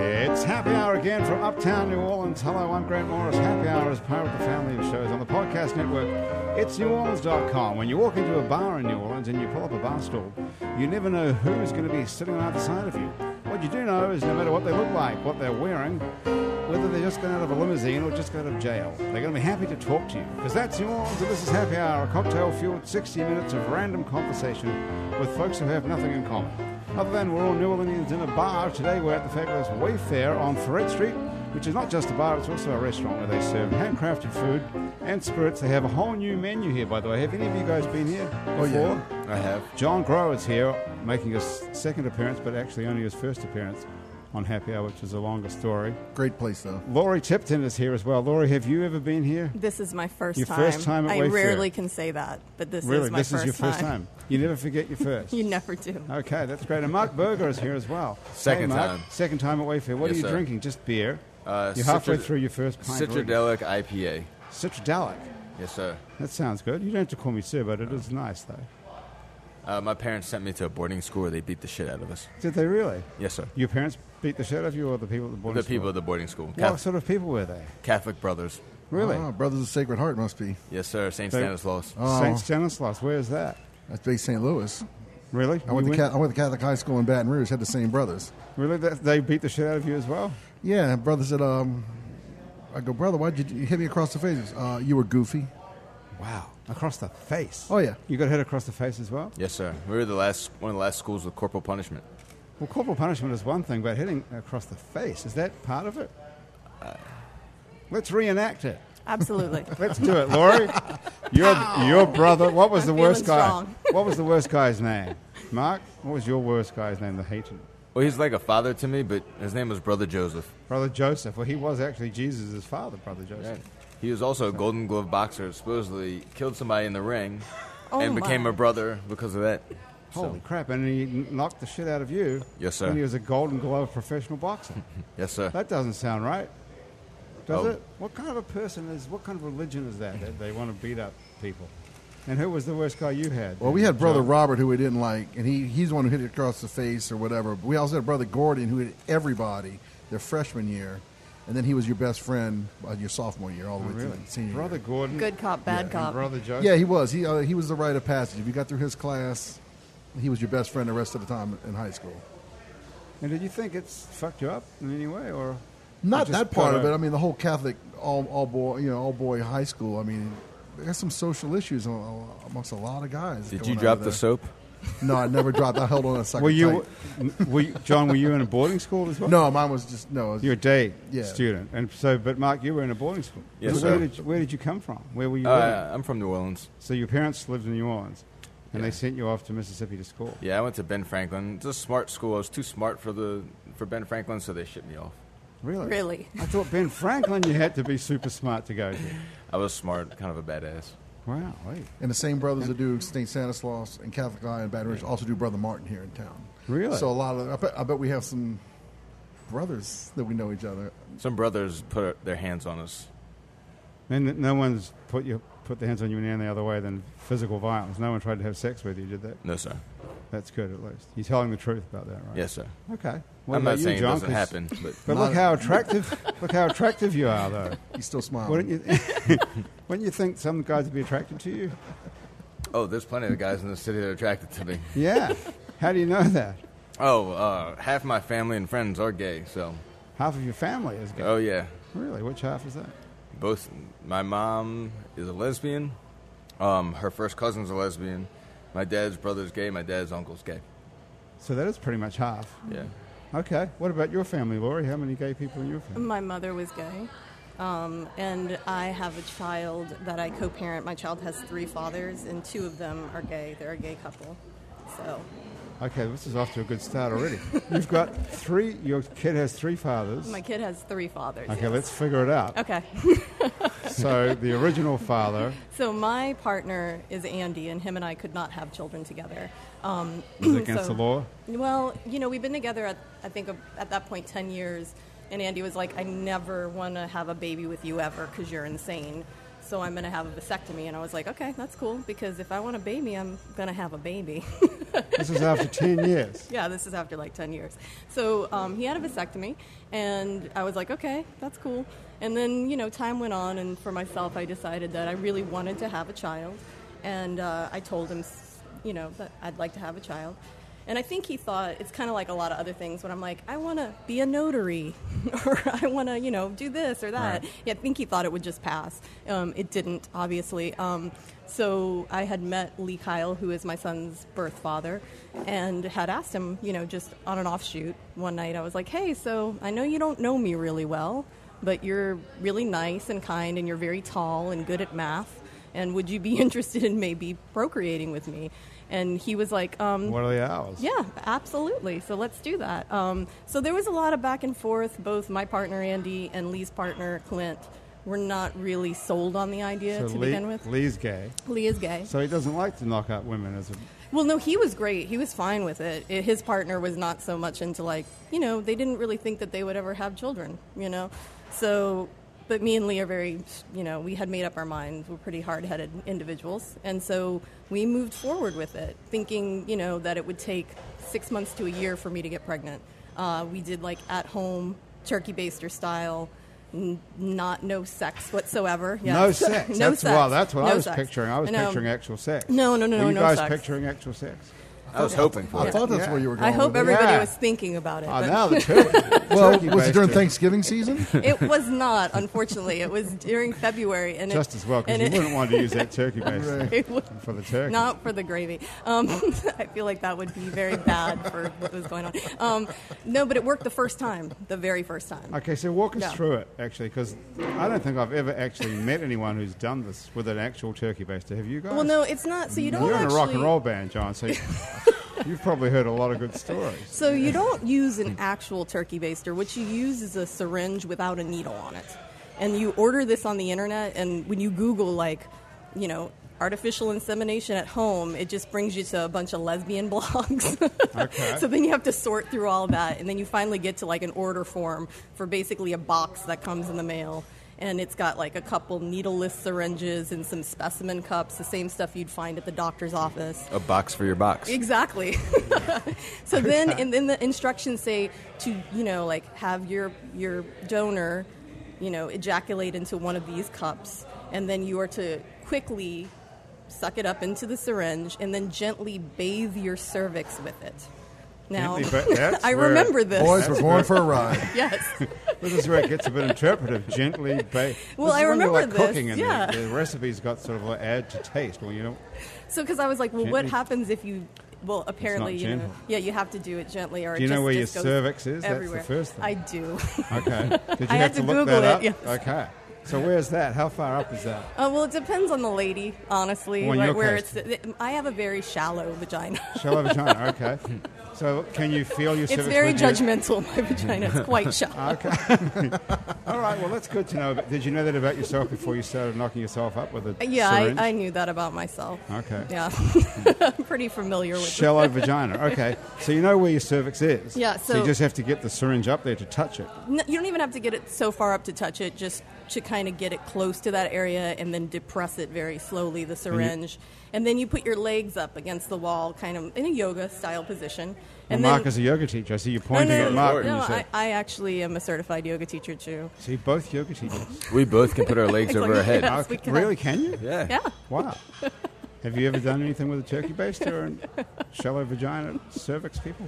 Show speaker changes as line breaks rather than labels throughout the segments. It's happy hour again from Uptown New Orleans. Hello, I'm Grant Morris. Happy hour is part of the family of shows on the podcast network. It's neworleans.com. When you walk into a bar in New Orleans and you pull up a bar stool, you never know who's going to be sitting on either side of you. What you do know is no matter what they look like, what they're wearing, whether they just got out of a limousine or just got out of jail, they're going to be happy to talk to you. Because that's New Orleans and this is Happy Hour, a cocktail fueled 60 minutes of random conversation with folks who have nothing in common. Other than we're all New Orleanians in a bar, today we're at the fabulous Wayfair on Ferret Street, which is not just a bar, it's also a restaurant where they serve handcrafted food and spirits. They have a whole new menu here, by the way. Have any of you guys been here before?
Oh, yeah. I have.
John Grow is here, making his second appearance, but actually only his first appearance on Happy Hour, which is a longer story.
Great place, though.
Laurie Tipton is here as well. Laurie, have you ever been here?
This is my first
Your
time.
first time at
I
Wayfair.
rarely can say that, but this
really,
is my
this
first
is your first time. You never forget your first.
You never do.
Okay, that's great. And Mark Berger is here as well.
Second
Hey, Mark.
time.
Second time at Wayfair. What are
Yes,
you
sir.
drinking? Just beer.
Uh,
You're halfway
Citra-
through your first pint. already.
Citradelic IPA.
Citradelic.
Yes, sir.
That sounds good. You don't have to call me sir, but it is nice though.
Uh, my parents sent me to a boarding school where they beat the shit out of us.
Did they really?
Yes, sir.
Your parents beat the shit out of you, or the people at the boarding
The people
school?
at the boarding school.
What
Catholic,
sort of people were they?
Catholic brothers.
Really?
Ah, Brothers of Sacred Heart must be.
Yes, sir. St.
They-
Stanislaus.
Oh.
Saint Stanislaus. Where's that?
That's based St. Louis.
Really?
I went,
You
to Ca- I went to Catholic high school in Baton Rouge. Had the same brothers.
Really? That, they beat the shit out of you as well?
Yeah, brothers that um, I go, brother, why'd you, you hit me across the face? Uh, you were goofy.
Wow! Across the face.
Oh, yeah.
You got hit across the face as well.
Yes, sir. We were the last one of the last schools with corporal punishment.
Well, corporal punishment is one thing, but hitting across the face is that part of it? Uh, Let's reenact it.
Absolutely.
Let's do it, Laurie. your your brother. What was
I'm
the worst
feeling
guy?
strong.
What was the worst guy's name? Mark. What was your worst guy's name? The hated
Well, he's like a father to me, but his name was Brother Joseph.
brother Joseph. Well, he was actually Jesus' father, brother Joseph.
He was also a Golden Glove boxer. Supposedly killed somebody in the ring,
Oh,
and became
my.
a brother because of that.
Holy crap! And he kn- knocked the shit out of you.
Yes, sir.
When he was a Golden Glove professional boxer.
Yes, sir.
that doesn't sound right, does
Oh.
it? What kind of a person is? What kind of religion is that that they want to beat up people? And who was the worst guy you had?
Well, we had brother Robert who we didn't like, and he, he's the one who hit it across the face or whatever. But we also had brother Gordon who hit everybody their freshman year, and then he was your best friend uh, your sophomore year all the way
Really?
through senior
Brother
year.
Gordon.
Good cop, bad
and
cop.
Brother Joseph.
Yeah, he was. He uh, he was the rite of passage. If you got through his class, he was your best friend the rest of the time in high school.
And did you think it's fucked you up in any way, or
Not
Just
that part of
kinda-
it. I mean, the whole Catholic all all boy you know all boy high school. I mean, there's some social issues a- a- amongst a lot of guys.
Did
going
you
over
drop
there.
the soap?
No, I never dropped. I held on a second.
were you, were you, John? Were you in a boarding school as well?
No, mine was just no. it was-
you're a day
Yeah.
student, and so. But Mark, you were in a boarding school.
Yes,
where,
sir.
Did, you- where did you come from? Where were you? living?
Uh, I'm from New Orleans.
So your parents lived in New Orleans, and they sent you off to Mississippi to school.
Yeah, I went to Ben Franklin. It's a smart school. I was too smart for the for Ben Franklin, so they shipped me off.
Really?
Really.
I thought Ben Franklin, you had to be super smart to go to.
I was smart, kind of a badass.
Wow. hey.
and the same brothers that do St. Stanislaus and Catholic Eye and Baton Rouge also do Brother Martin here in town.
Really?
So a lot of I bet, I bet we have some brothers that we know each other.
Some brothers put their hands on us.
And no one's put you put their hands on you in any other way than physical violence. No one tried to have sex with you, did they?
No, sir.
That's good, at least. You're telling the truth about that, right?
Yes, sir.
Okay. What
I'm
about
not
you,
saying
John?
it doesn't
'Cause-
happen, but
But
Not
look
a-
how attractive! look how attractive you are, though.
He's still smiling.
Wouldn't you? wouldn't you think some guys would be attracted to you?
oh, there's plenty of guys in the city that are attracted to me.
Yeah. How do you know that?
Oh, uh, half my family and friends are gay. So,
Half of your family is gay.
oh yeah,
Really? Which half is that?
both my mom is a lesbian. Um, her first cousin's a lesbian. My dad's brother's gay. My dad's uncle's gay.
So that is pretty much half.
Yeah.
Okay. What about your family, Laurie? How many gay people in your family?
My mother was gay. Um, and I have a child that I co parent. My child has three fathers, and two of them are gay. They're a gay couple. So,
Okay, this is off to a good start already. You've got three. Your kid has three fathers.
my kid has three fathers.
Okay, let's figure it out.
Okay.
So the original father.
So, my partner is Andy, and him and I could not have children together. Um,
Is it against
so-
the law?
Well, you know, we've been together at I think at that point ten years, and Andy was like, "I never want to have a baby with you ever because you're insane." so I'm going to have a vasectomy. And I was like, okay, that's cool because if I want a baby, I'm going to have a baby.
This is after 10 years.
yeah, this is after like 10 years. So um, he had a vasectomy, and I was like, okay, that's cool. And then, you know, time went on, and for myself, I decided that I really wanted to have a child. And uh, I told him, s- you know, that I'd like to have a child. And I think he thought it's kind of like a lot of other things when I'm like, I want to be a notary, or I want to, you know, do this or that.
Right.
Yeah, I think he thought it would just pass. Um, it didn't, obviously. Um, so I had met Lee Kyle, who is my son's birth father, and had asked him, you know, just on an offshoot one night, I was like, hey, so I know you don't know me really well, but you're really nice and kind, and you're very tall and good at math. And would you be interested in maybe procreating with me? And he was like, um,
What are the hours?
yeah, absolutely. So let's do that. Um, so there was a lot of back and forth. Both my partner Andy and Lee's partner Clint were not really sold on the idea
So
to
Lee-
begin with.
Lee's gay,
Lee is gay.
so he doesn't like to knock up women as a.
Well, no, he was great. He was fine with it. it. His partner was not so much into like, you know, they didn't really think that they would ever have children, you know. So, but me and Lee are very, you know, we had made up our minds. We're pretty hard-headed individuals, and so we moved forward with it, thinking, you know, that it would take six months to a year for me to get pregnant. Uh, we did like at-home turkey baster style. N- not no sex whatsoever. Yeah.
No sex.
no
that's
sex.
wow. That's what I
No
was
sex. um,
picturing. I was
No.
picturing actual sex.
No, no, no,
Were
no,
You
no
guys
sex.
picturing actual sex.
I was hoping for
I
it.
thought that's
Yeah.
where you were going.
I hope
with it.
every-
everybody
Yeah.
was thinking about it.
Oh,
but-
now the turkey.
Well,
turkey
was it during
basting.
Thanksgiving season?
it was not, unfortunately. It was during February, and
Just
it,
as well, because
and
you
it-
wouldn't want to use that turkey base
it was-
for the turkey.
Not for the gravy. Um, I feel like that would be very bad for what was going on. Um, no, but it worked the first time, the very first time.
Okay, so walk us
Yeah.
through it, actually, because I don't think I've ever actually met anyone who's done this with an actual turkey baster. Have you guys?
Well, no, it's not. So you don't
You're in a
actually.
rock and roll band, John, so you've probably heard a lot of good stories.
So you don't use an actual turkey baster. What you use is a syringe without a needle on it. And you order this on the internet, and when you Google, like, you know, artificial insemination at home, it just brings you to a bunch of lesbian blogs.
Okay.
so then you have to sort through all that, and then you finally get to like an order form for basically a box that comes in the mail. And it's got like a couple needleless syringes and some specimen cups, the same stuff you'd find at the doctor's office.
A box for your box.
Exactly. so then, and then the instructions say to you know like have your your donor, you know, ejaculate into one of these cups, and then you are to quickly suck it up into the syringe, and then gently bathe your cervix with it. Now,
Gently ba- that's
I
where-
remember this.
Boys were born for a ride.
Yes.
This is where it gets a bit interpretive. Gently bake.
Well,
this
I
is when you're,
remember
like
this,
cooking, and
yeah.
the, the recipe's got sort of like add to taste. Well, you know,
So, because I was like, well, what
Gently.
happens if you? Well, apparently, you know,
gentle.
yeah, you have to do it gently, or
Do you
it
know
just-
where your
just goes
cervix is? That's the
Everywhere.
first thing.
I do.
okay. Did you
I
have
had
to,
to
look
Google
that
it,
up?
yes.
Okay. So where's that? How far up is that?
Uh, well, it depends on the lady, honestly.
Well, in your
like where
case.
it's. I have a very shallow vagina.
Shallow vagina. Okay. So can you feel your
it's
cervix?
very
with your-
judgmental. My vagina is quite shallow.
All right. Well, that's good to know. But did you know that about yourself before you started knocking yourself up with a
yeah,
syringe?
I, I knew that about myself.
Okay.
Yeah, I'm pretty familiar with. it.
Shallow vagina. Okay. So you know where your cervix is.
Yeah,
you
so-
just have to get the syringe up there to touch it.
N- You don't even have to get it so far up to touch it. Just to kind of get it close to that area and then depress it very slowly, the syringe, and then you put your legs up against the wall, kind of in a yoga style position.
And
And
Mark
then, Oh,
is a yoga teacher. I see you're pointing
no, no,
at
no,
Mark
no,
when you
I,
say.
I actually am a certified yoga teacher too.
See, both yoga teachers.
We both can put our legs over our head.
Yes,
Okay,
we can.
Really? Can you?
Yeah.
Yeah.
Wow. Have you ever done anything with a turkey baster and shallow vagina cervix people?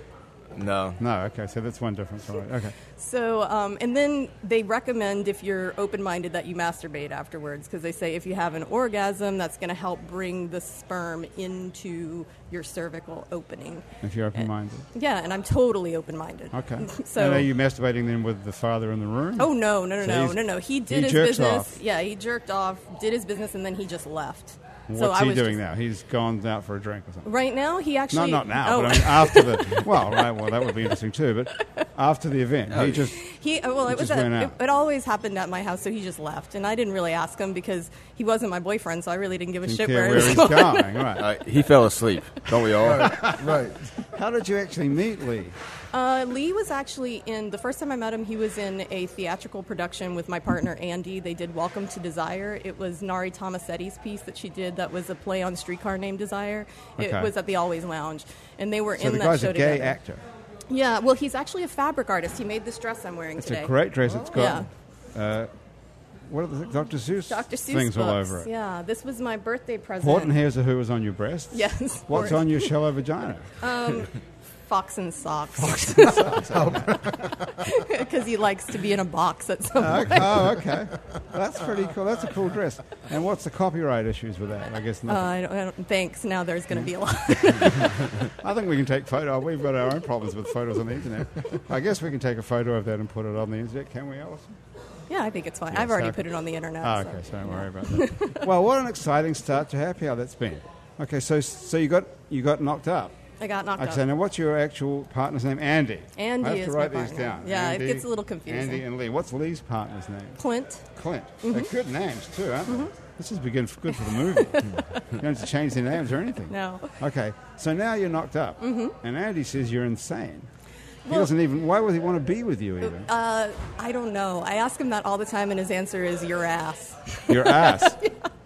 No.
No. Okay. So that's one difference. All right. Okay.
So, um, and then they recommend if you're open minded that you masturbate afterwards because they say if you have an orgasm, that's going to help bring the sperm into your cervical opening.
If you're open-minded.
Yeah, and I'm totally open minded.
Okay.
So,
and are you masturbating then with the father in the room?
oh, no, no, no,
So
no,
he's-
no, no. He
he
did his
jerks
business.
off.
Yeah, he jerked off, did his business, and then he just left.
What's
so I
he
was
doing
just-
now? He's gone out for a drink or something.
Right now, he
No,
actually.
not now.
Oh,
But I mean, after the well, right. Well, that would be interesting too. But after the event, he just
He uh, well, it was
just went
a, it,
out.
it always happened at my house, so he just left, and I didn't really ask him because he wasn't my boyfriend, so I really didn't give a
didn't
shit
care
where
where
he
he's
was
going.
going. Uh,
Right.
Uh, he fell asleep. Don't we all?
Right.
How did you actually meet Lee?
Uh, Lee was actually in the first time I met him. He was in a theatrical production with my partner Andy. They did "Welcome to Desire." It was Nari Tomasetti's piece that she did. That was a play on streetcar named Desire.
Okay.
It was at the Always Lounge, and they were
So
in
the
that
guy's
show
a gay
together.
actor.
Yeah, well, he's actually a fabric artist. He made this dress I'm wearing
It's
today.
a great dress. It's got uh, what are the Dr. Seuss,
Dr. Seuss
things all
books.
over it.
Yeah, this was my birthday present.
Horton here's a who was on your breast.
Yes.
What's on your shallow vagina?
Fox and socks. Because he likes to be in a box at some point.
oh, okay. That's pretty cool. That's a cool dress. And what's the copyright issues with that? I guess
Uh,
nothing.
I, don't, I don't. Thanks. Now there's going to be a lot.
I think we can take photo. We've got our own problems with photos on the internet. I guess we can take a photo of that and put it on the internet, can we, Alison?
Uh, yeah, I think it's fine.
Yes,
I've already
okay.
put it on the internet.
Ah, okay, so don't worry about that. well, what an exciting start to Happy Hour that's been. Okay, so so you got you got knocked up.
I got knocked
Okay,
out.
now what's your actual partner's name? Andy.
Andy
I have to
is
write
my
these
partner.
down.
Yeah, it
Andy,
gets a little confusing.
Andy and Lee. What's Lee's partner's name?
Clint.
Clint.
Mm-hmm.
They're good names too, aren't they? This is begin for good for the movie. you don't have to change their names or anything.
No. Mm-hmm.
Okay, so now you're knocked up, and Andy says you're insane. he
Well-
doesn't even. Why would he want to be with you even?
Uh, I don't know. I ask him that all the time, and his answer is your ass.
your ass.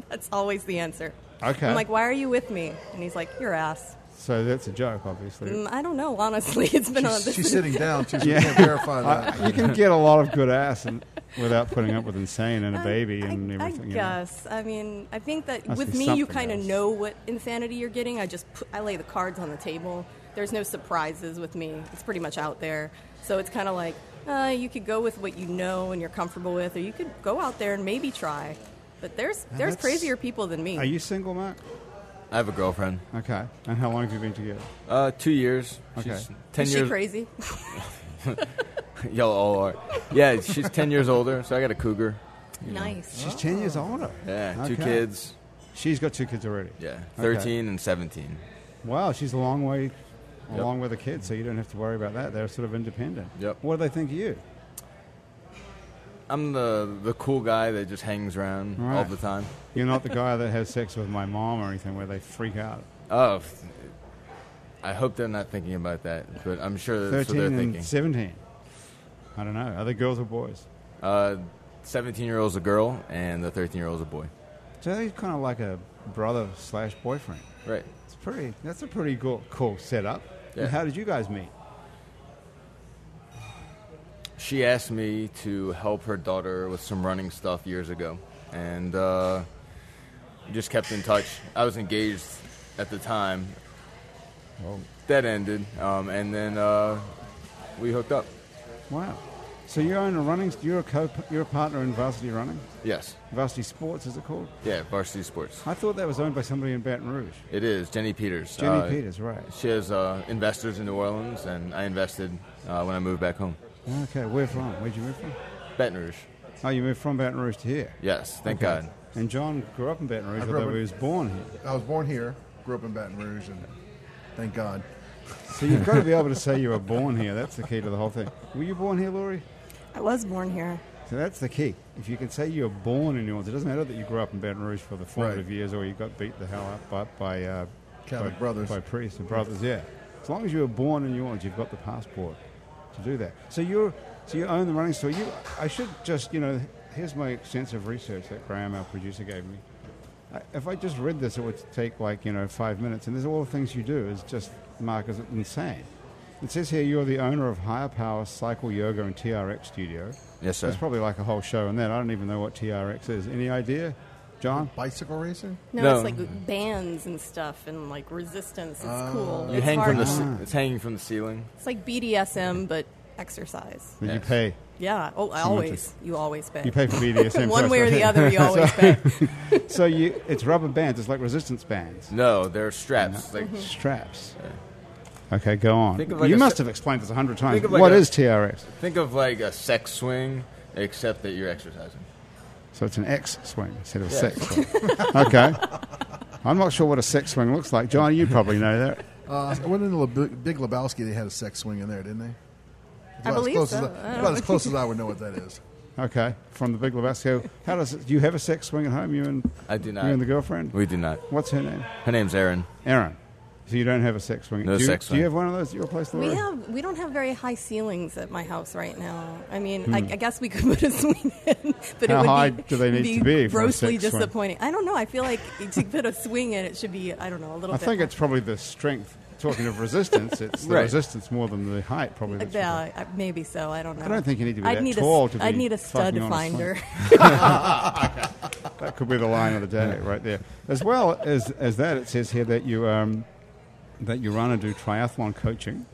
That's always the answer.
Okay.
I'm like, why are you with me? And he's like, your ass.
so that's a joke, obviously.
Mm, I don't know. Honestly, it's been on.
She's,
This
she's sitting down. She's
Yeah.
yeah. can't verify
Uh,
that.
you can get a lot of good ass and, without putting up with insane and a baby
I,
and
I,
everything. you know.
guess. I mean, I think that
Must
with
be
me, you
something
kind of
else.
know what insanity you're getting. I just put, I lay the cards on the table. There's no surprises with me. It's pretty much out there. So it's kind of like uh, you could go with what you know and you're comfortable with, or you could go out there and maybe try. But there's there's
that's-
crazier people than me.
Are you single, Mark?
I have a girlfriend.
Okay. And how long have you been together?
Uh, two years.
Okay.
She's ten
Is she
years.
crazy?
Y'all all are. Yeah, she's ten years older, so I got a cougar.
nice.
She's ten years older.
Yeah, two
Okay.
kids.
She's got two kids already.
Yeah,
Okay.
thirteen and seventeen.
Wow, she's a long way
Yep.
along with the kids, so you don't have to worry about that. They're sort of independent.
Yep.
What do they think of you?
I'm the the cool guy that just hangs around all
Right.
the time.
You're not the guy that has sex with my mom or anything where they freak out.
Oh, f- I hope they're not thinking about that, but I'm sure that's
13
what they're
and
thinking.
17. I don't know. Are they girls or boys?
Uh, Seventeen-year-old's a girl, and the thirteen-year-old's a boy.
So they're kind of like a brother slash boyfriend.
Right.
It's pretty. That's a pretty cool, cool setup.
Yeah.
And how did you guys meet?
She asked me to help her daughter with some running stuff years ago, and uh, just kept in touch. I was engaged at the time. That ended, um, and then uh, we hooked up.
Wow. So you own a running. You're a co. You're a partner in varsity running.
Yes.
Varsity Sports is it called?
Yeah, Varsity Sports.
I thought that was owned by somebody in Baton Rouge.
It is Jenny Peters.
Jenny
Uh,
Peters, right?
She has uh, investors in New Orleans, and I invested uh, when I moved back home.
Okay. Where from? Where'd you move from?
Baton Rouge.
Oh, you moved from Baton Rouge to here.
Yes, thank
Okay.
God.
And John grew up in Baton Rouge,
I grew up
although he
in-
was born here.
I was born here, grew up in Baton Rouge, and thank God.
So you've got to be able to say you were born here. That's the key to the whole thing. Were you born here, Laurie?
I was born here.
So that's the key. If you can say you were born in New Orleans, it doesn't matter that you grew up in Baton Rouge for the formative
Right.
years, or you got beat the hell up by by uh,
Catholic
by-
brothers.
by priests and brothers. Yeah, as long as you were born in New Orleans, you've got the passport to do that. So you're so you own the running store. You, I should just you know, here's my extensive research that Graham, our producer, gave me. I, if I just read this, it would take like you know five minutes. And there's all the things you do is just Mark is insane. It says here you're the owner of Higher Power Cycle Yoga and TRX Studio.
Yes, sir.
There's probably like a whole show in that. I don't even know what TRX is. Any idea, John?
Bicycle racing?
No,
No.
it's like bands and stuff and like resistance. It's cool.
You
it's
hang
hard.
from the ce- it's hanging from the ceiling.
It's like BDSM, but exercise.
Did you
Yes.
pay?
Yeah. Oh, I
Someone
always. You always pay.
You pay for BDSM.
One
first,
way or
I
the
think.
other, you always pay.
So you, it's rubber bands. It's like resistance bands.
No, there are straps. Like
Mm-hmm.
Straps. Okay, go on.
Think of like
you
a
must
se-
have explained this a hundred times.
Think of like
What
a-
is TRX?
think of like a sex swing, except that you're exercising.
So it's an X swing instead of a
Yeah.
sex swing. okay. I'm not sure what a sex swing looks like. John, you probably know that.
Uh, I went into Le- Big Lebowski. They had a sex swing in there, didn't they? It's
I
about as
believe
close
so.
as
I
I-
don't
about as close as I would know what that is.
Okay. From the Big Lebowski. How does it, do you have a sex swing at home? You and
I do
you and
not.
the girlfriend.
We do not.
What's her name?
Her name's Erin.
Erin. So you don't have a sex swing?
No
do you,
sex
Do you
swing.
have one of those at your place, Laura?
We have we don't have very high ceilings at my house right now. I mean, I, I guess we could put a swing in, but
Hmm. How
it would
high
be,
do they need to be for a
grossly
sex swing?
disappointing. I don't know. I feel like to put a swing in, it should be I don't know a little
I
bit.
think it's probably the strength. Talking of resistance, it's the
Right.
resistance more than the height, probably. that's
yeah, I- Uh, maybe so. I don't know. I
don't think you need to be
I'd
that
need
tall
A,
to
I'd
be
need a stud
fucking on a swing.
finder.
That could be the line of the day right there. As well as, as that, it says here that you um, that you run and do triathlon coaching,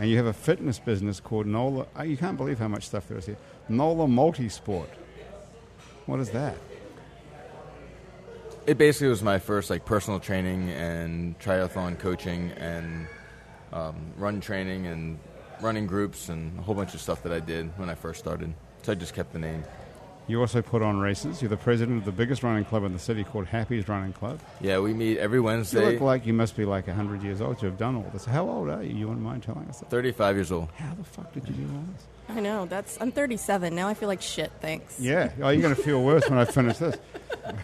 and you have a fitness business called Nola. Oh, you can't believe how much stuff there is here. Nola Multisport. What is that?
It basically was my first like personal training and triathlon coaching and um, run training and running groups and a whole bunch of stuff that I did when I first started. So I just kept the name.
You also put on races. You're the president of the biggest running club in the city called Happy's Running Club.
Yeah, we meet every
You
Wednesday.
look like you must be like 100 years old to have done all this. How old are you? You wouldn't mind telling us that?
35 years old.
How the fuck did you do all this?
I know. That's I'm 37 now. I feel like shit. Thanks.
Yeah. Oh, you're going to feel worse when I finish this.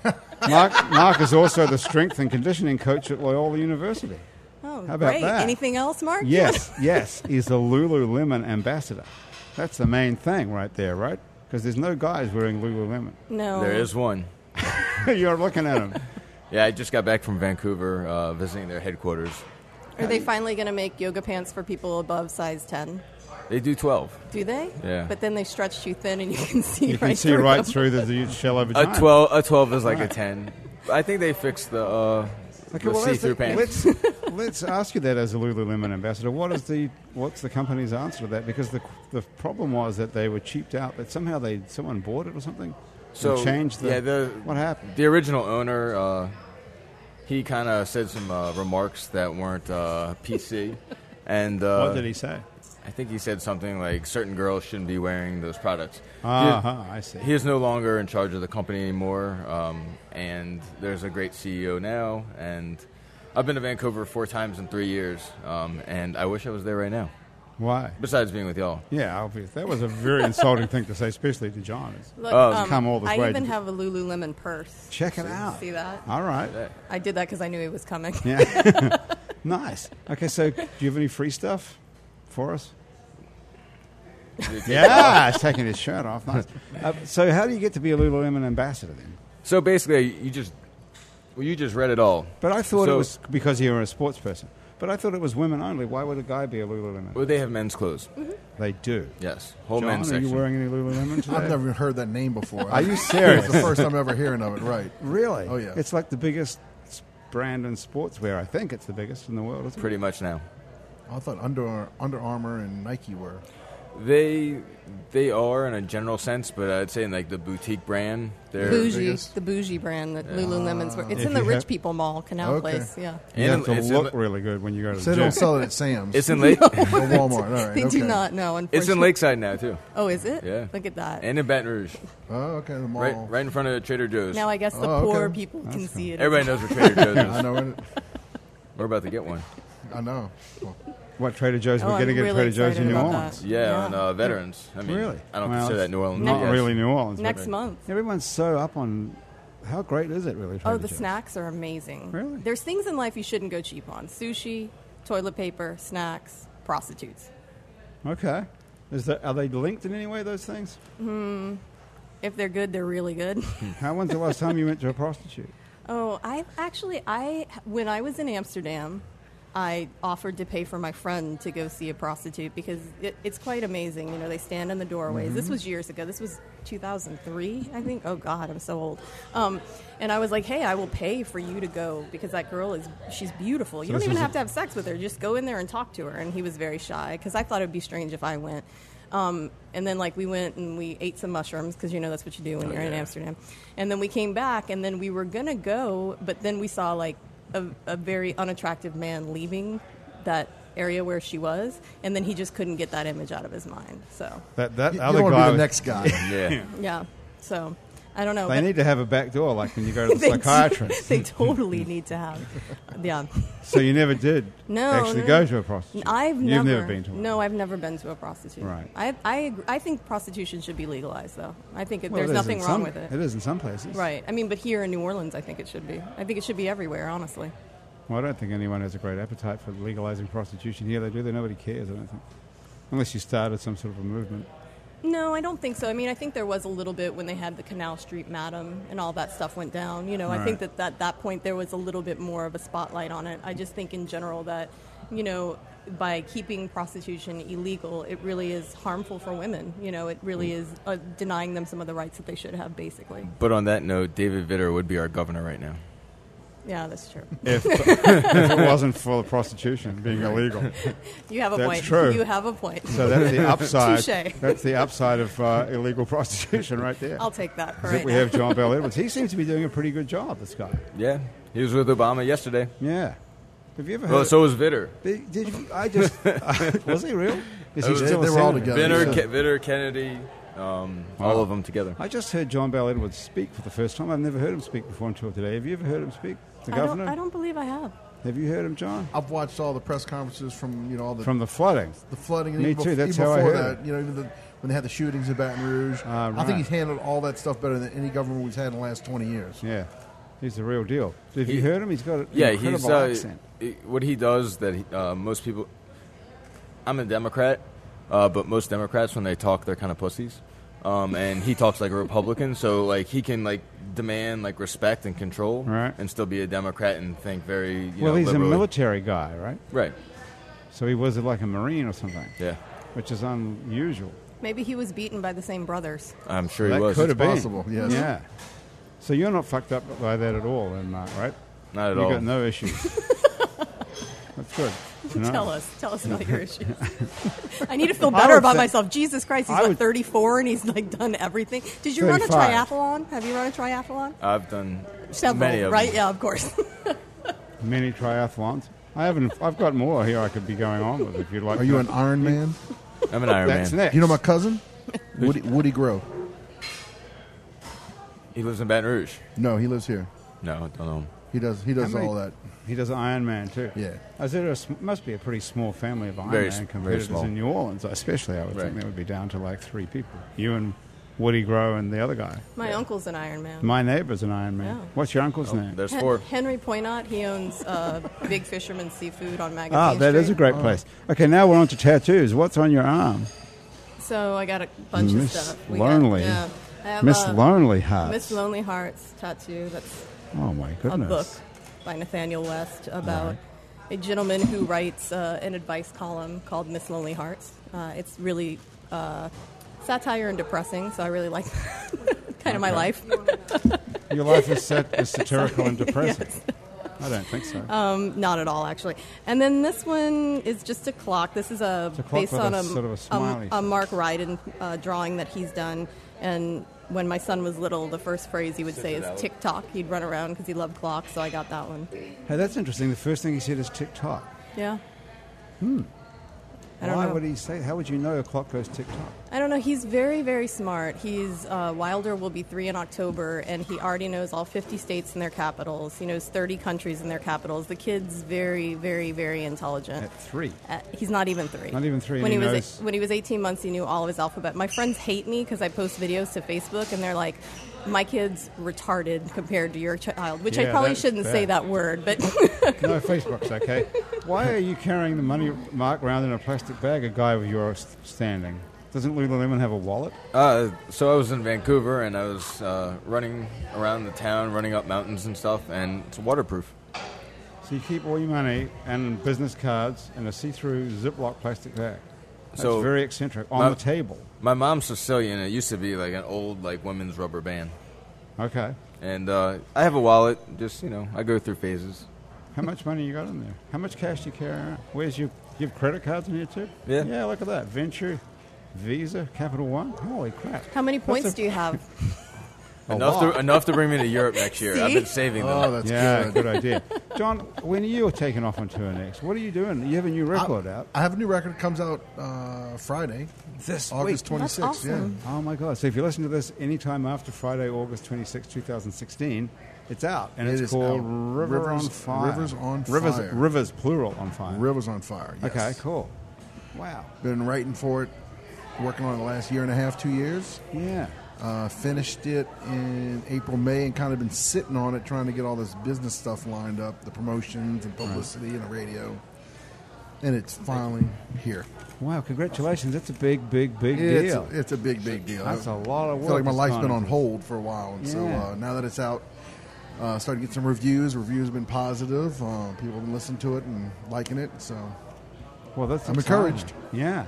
Mark, Mark is also the strength and conditioning coach at Loyola University.
Oh,
How about
great.
that?
Anything else, Mark?
Yes, yes. He's the Lululemon ambassador. That's the main thing right there, right? Because there's no guys wearing Lululemon.
No.
There is one.
you're looking at him.
Yeah, I just got back from Vancouver uh, visiting their headquarters.
Are they finally going to make yoga pants for people above size 10?
They do 12.
Do they?
Yeah.
But then they stretch you thin, and you can see
You
right
can see
through
right
them.
through the, the shallow
A
vagina.
12, a 12 is like a 10. I think they fixed the, uh,
Okay,
the
well, that's
see-through
the-
pants.
Let's, let's ask you that as a Lululemon ambassador. What is the what's the company's answer to that? Because the the problem was that they were cheaped out. That somehow they someone bought it or something. and
So,
changed the,
yeah, the-
what happened.
The original owner, uh, he kind of said some uh, remarks that weren't uh, PC, and uh,
what did he say?
I think he said something like certain girls shouldn't be wearing those products.
Ah,
He-
I see.
He is no longer in charge of the company anymore, um, and there's a great CEO now. And I've been to Vancouver four times in three years, um, and I wish I was there right now.
Why?
Besides being with y'all,
Yeah, obvious. That was a very insulting thing to say, especially to John. It's-
Look,
Oh.
um,
Come all this
I
way
even
to-
have a Lululemon purse.
Check it out.
See that?
All right.
I did that because I knew he was coming.
Yeah. nice. Okay, so do you have any free stuff for us? yeah, he's taking his shirt off. Nice. Uh, so, how do you get to be a Lululemon ambassador then?
so basically, you just well, you just read it all.
But I thought it
So-
was because you were a sports person. But I thought it was women only. Why would a guy be a Lululemon?
Well, they have men's clothes.
they do.
Yes, whole
Mm-hmm. John,
men's
are
section.
you wearing any Lululemon today?
I've never even heard that name before.
Are you
It's
serious?
the first time ever hearing of it. Right.
really?
Oh, yeah.
It's like the biggest s- brand in sportswear. I think it's the biggest in the world. Isn't
Pretty much now.
I thought Under Under Armour and Nike were.
They they are in a general sense, but I'd say in like the boutique brand, they're
Bougie,
biggest.
the bougie brand that Lululemon's. were- It's
If
in the
you
rich
have-
people mall, Canal
Okay.
Place. Yeah.
it? You have
And
to
it's
look
in,
really good when you go to
So
the
they
gym.
don't sell it at Sam's
it's in Lake
or Walmart. All right.
They
okay.
do not know,
it's
unfortunately.
in Lakeside now too,
Oh, is it?
Yeah.
Look at that.
and in Baton Rouge,
Oh, okay. The mall.
right right in front of Trader Joe's.
now I guess the
Oh, okay.
poor people can see it.
Everybody knows where Trader Joe's
I
is.
know. It,
We're about to get one.
I know. Well,
What Trader Joe's?
Oh,
We're
I'm
going to get
really
Trader Joe's in
excited
New
about
Orleans.
that.
Yeah,
Yeah.
on uh, veterans. I mean,
Really?
I don't
Well,
consider that
it's
New Orleans.
Not
yes.
really New Orleans. but
Next month.
Everyone's so up on how great is it really? Trader
Oh, the
Joe's?
snacks are amazing.
Really?
There's things in life you shouldn't go cheap on sushi, toilet paper, snacks, prostitutes.
Okay. Is that, are they linked in any way? Those things?
If they're good, they're really good.
Hmm.
How? When's the last time you went to a prostitute?
Oh, I actually, I when I was in Amsterdam, I offered to pay for my friend to go see a prostitute because it, it's quite amazing. You know, they stand in the doorways. This
Mm-hmm.
was years ago. This was 2003, I think. Oh God, I'm so old. Um, and I was like, hey, I will pay for you to go because that girl is she's beautiful. You
So
don't
this
even
was
have
a-
to have sex with her. Just go in there and talk to her. And he was very shy because I thought it would be strange if I went. Um, and then like we went and we ate some mushrooms because you know that's what you do when
Oh,
you're in
yeah.
Amsterdam. Amsterdam. And then we came back, and then we were gonna go, but then we saw like a, a very unattractive man leaving that area where she was, and then he just couldn't get that image out of his mind. So
That that
you you
other
don't want to
guy.
be the
was-
next guy.
Yeah.
yeah, so I don't know.
They
but
need to have a back door, like when you go to the
they do-
psychiatrist.
they totally need to have. Yeah.
so you never did
No,
actually
no.
go to a prostitute.
I've
You've
never,
never been to one.
No, I've never been to a prostitute.
Right.
I I agree- I think prostitution should be legalized though. I think it,
Well,
there's
it is
nothing
in
wrong
some-
with it.
It is in some places.
Right. I mean, but here in New Orleans, I think it should be. I think it should be everywhere, honestly.
Well, I don't think anyone has a great appetite for legalizing prostitution here. They do, though. Nobody cares, I don't think. Unless you started some sort of a movement.
No, I don't think so. I mean, I think there was a little bit when they had the Canal Street Madam and all that stuff went down. You know, I
Right.
think that at that point there was a little bit more of a spotlight on it. I just think in general that, you know, by keeping prostitution illegal, it really is harmful for women. You know, it
Mm.
really is uh, denying them some of the rights that they should have, basically.
But on that note, David Vitter would be our governor right now.
Yeah, that's true.
If, if it wasn't for the prostitution being illegal.
You have a
That's
point.
true.
You have a point.
So that's the upside.
Touche.
That's the upside of uh, illegal prostitution right there.
I'll take that for
I think
right
we
now.
have John Bell Edwards. He seems to be doing a pretty good job, this guy.
Yeah, he was with Obama yesterday.
Yeah. Have you ever heard
Well, so was Vitter.
Did, did you, I just was he real? Is
They-
they were all
senator?
together. Yeah,
Vitter,
yeah.
Ke- Vitter, Kennedy, um, all of them together.
I just heard John Bell Edwards speak for the first time. I've never heard him speak before until today. Have you ever heard him speak? The
I don't,
governor?
I don't believe I have.
Have you heard him, John?
I've watched all the press conferences from you know all the
From the flooding.
the flooding. And
Me
even
too,
bef-
that's
even
how I
before
heard
that, you know, even the, when they had the shootings in Baton Rouge.
Ah,
I
right.
think he's handled all that stuff better than any government we've had in the last twenty years.
Yeah, he's the real deal. Have
He-
you heard him? He's got an
Yeah,
incredible
he's uh,
accent.
he- what he does that he, uh, most people. I'm a Democrat, uh, but most Democrats when they talk, they're kind of pussies. Um, and he talks like a Republican, so like he can like demand like respect and control,
Right.
and still be a Democrat and think very you
Well,
know,
he's
liberally.
a military guy, right?
right?
So he was like a marine or something,
Yeah,
which is unusual.
Maybe he was beaten by the same brothers.
I'm sure he
that
was.
could have
It's
been
possible, yes.
Yeah. So you're not fucked up by that at all, then, Mark, right?
Not at
You've
all.
got no issues. That's good. No.
Tell us. Tell us about your issues. I need to feel
I
better
would
about
say-
myself. Jesus Christ, he's
I
like
would-
34 and he's like done everything. Did you run a
35.
triathlon? Have you run a triathlon?
I've done
Several,
many of
right?
them.
Yeah, of course.
Many triathlons. I haven't. I've got more here. I could be going on with if you'd like.
Are you
to.
an Iron Man?
I'm an Oh, Iron
That's
Man.
next.
You know my cousin, Woody, Woody Grove.
He lives in Baton Rouge.
No, he lives here.
No, I don't know. him.
He does. He does
How many-
all that.
He does Iron Man too.
Yeah.
Is it a, sm- must be a pretty small family of Iron
Very s-
Man
very
competitors
small.
in New Orleans, especially. I would
Right.
think that would be down to like three people. You and Woody Grow and the other guy.
My uncle's an Ironman.
My neighbor's an Iron Man.
Yeah.
What's your uncle's name?
There's
Hen-
four.
Henry Poinot, he owns uh, Big Fisherman Seafood on Magazine
Ah, that
Street.
is a great place. Okay, now we're on to tattoos. What's on your arm?
So I got a bunch
Miss
of stuff.
Lonely.
Got, yeah. I have,
Miss
uh,
Lonely Hearts.
Miss Lonely Hearts tattoo. That's
oh my
a
goodness. Uh-huh.
book by Nathaniel West about a gentleman who writes uh, an advice column called Miss Lonely Hearts. Uh, it's really uh, satire and depressing, so I really like that. kind of my life.
Your life is, sat- is satirical and depressing. I don't think so.
Um, not at all, actually. And then this one is just a clock. This is a,
a clock
based
with
on
a
a,
sort of a smiley face.
a, Mark Ryden uh, drawing that he's done. And when my son was little, the first phrase he would say
it
is
out.
tick tock. He'd run around because he loved clocks, so I got that one.
hey, that's interesting. The first thing he said is tick tock.
Yeah. Hmm. I don't
Why
know.
would he say? How would you know a clock goes tick tock?
I don't know. He's very, very smart. He's uh, Wilder will be three in October, and he already knows all 50 states and their capitals. He knows 30 countries and their capitals. The kid's very, very, very intelligent.
At three.
Uh, he's not even three.
Not even three,
When he,
and he
was
knows-
when he was 18 months, he knew all of his alphabet. My friends hate me because I post videos to Facebook, and they're like, "My kid's retarded compared to your child," which
Yeah,
I probably
that's
shouldn't
bad.
say that word, but
No, Facebook's okay. Why are you carrying the money mark around in a plastic bag, a guy with your s- standing? Doesn't Lululemon have a wallet?
Uh, so I was in Vancouver and I was uh, running around the town, running up mountains and stuff, and it's waterproof.
So you keep all your money and business cards in a see-through Ziploc plastic bag. That's
So-
very eccentric. On
Not-
the table.
My mom's Sicilian. It used to be like an old like women's rubber band,
Okay.
and uh, I have a wallet. Just you know, I go through phases.
How much money you got in there? How much cash you carry around? Where's your you have credit cards in here too?
Yeah.
Yeah, look at that. Venture, Visa, Capital One. Holy crap.
how many points do you have?
A
enough
lot.
to enough to bring me to Europe next year. I've
See?
been saving them.
Oh, that's
yeah,
good.
good idea. John, when you're taking off on tour next, what are you doing? You have a new record out.
I have a new record. Comes out uh, Friday,
This
August
week.
twenty sixth.
That's awesome.
Oh my God! So if you listen to this anytime after Friday, August twenty sixth, two thousand sixteen, it's out, and
It
it's
is
called
out.
River
Rivers-
on Fire.
Rivers on
Rivers,
Fire.
Rivers plural on fire.
Yeah. Rivers on fire. Yes.
Okay, cool. Wow.
Been writing for it, working on it the last year and a half, two years.
Yeah.
Uh, finished it in April, May, and kind of been sitting on it, trying to get all this business stuff lined up, the promotions and publicity and the radio. And it's finally here.
Wow, congratulations. That's a big, big, big
It's
deal.
a, it's a big, big deal.
That's a lot of
I
work.
feel like my
that's
life's
gone
been on
into
hold for a while, and so
Yeah.
uh, now that it's out, uh, started to get some reviews. Reviews have been positive. Uh, people have been listening to it and liking it. So
it. Well, that's
I'm
exciting.
encouraged.
Yeah.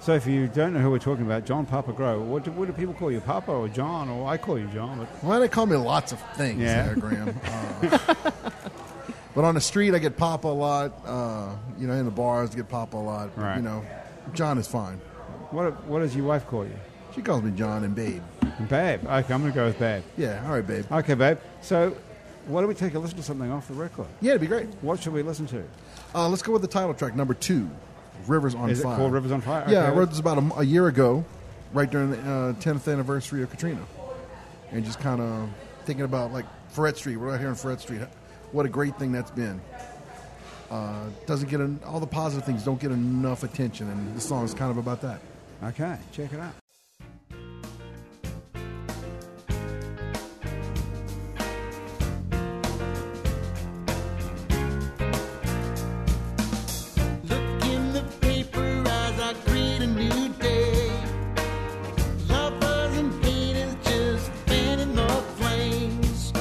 So if you don't know who we're talking about, John Papa Grow, what do, what do people call you, Papa or John? Or I call you John, but
well, they call me lots of things
Yeah.
there, Graham. Uh, but on the street, I get Papa a lot. Uh, you know, in the bars, I get Papa a lot. But,
Right.
You know, John is fine.
what what does your wife call you?
She calls me John and Babe.
Babe. Okay, I'm going to go with Babe.
Yeah, all right, Babe.
Okay, Babe. So why don't we take a listen to something off the record?
Yeah, it'd be great.
What should we listen to?
Uh, let's go with the title track, number two, "Rivers on
Is it
Fire."
called Rivers on Fire?
Yeah, I
Okay.
wrote this about a, m- a year ago, right during the uh, 10th anniversary of Katrina, and just kind of thinking about like Fred Street. We're out here on Fred Street. What a great thing that's been. Uh, doesn't get en- all the positive things don't get enough attention, and this song is kind of about that.
Okay, check it out.
Look in the paper as I greet a new day. Lovers and haters just fanning the flames.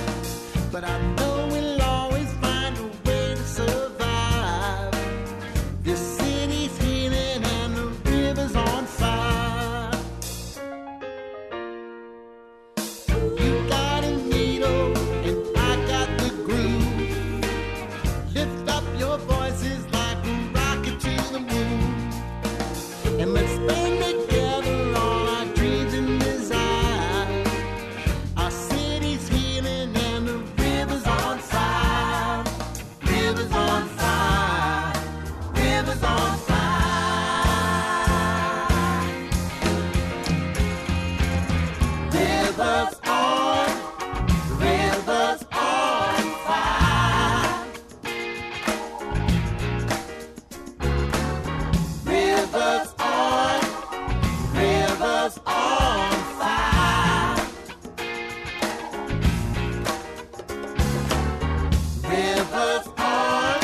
But I know we'll always find a way to survive. This city's healing and the river's on fire. You got a needle and I got the groove. Lift up your voices like a rocket to the moon. And let's spend together all our dreams and desires. Our city's healing and the river's on fire. River's on fire. River's on fire. River's on. River's on fire. Rivers on, rivers on fire. Rivers on,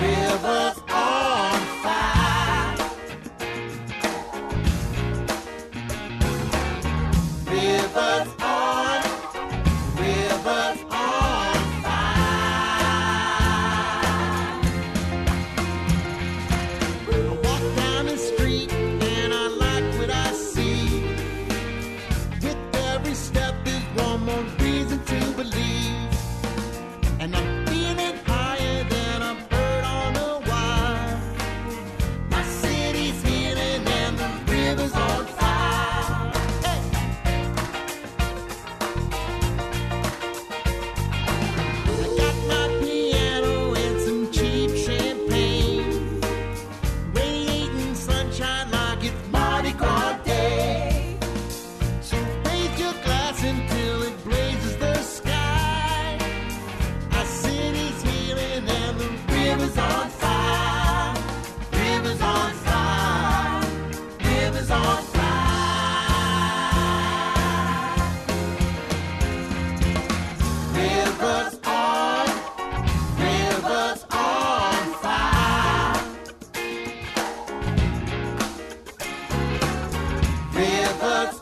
rivers on fire. Rivers on, rivers on fire. I walk down the street and I like what I see. With every step, there's one more reason to believe. And I'm feeling higher than a bird on the wire. My city's healing and the river's on fire. Hey! I got my piano and some cheap champagne radiating sunshine like it's Mardi Gras day. So raise your glass until it blazes the sky. Our city's healing and the river's on fire. River's on fire. River's on fire. Rivers on, rivers on fire. Rivers on, rivers on fire. Rivers on,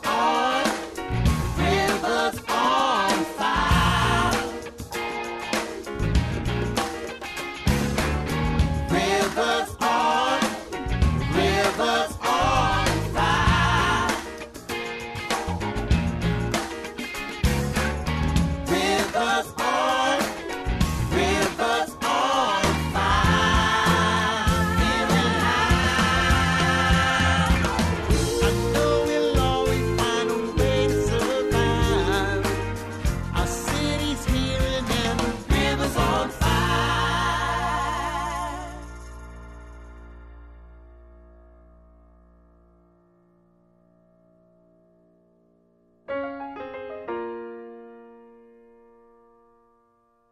rivers on fire. Rivers on, rivers on fire. Living high. I know we'll always find a way to survive. Our city's healing and the river's on fire.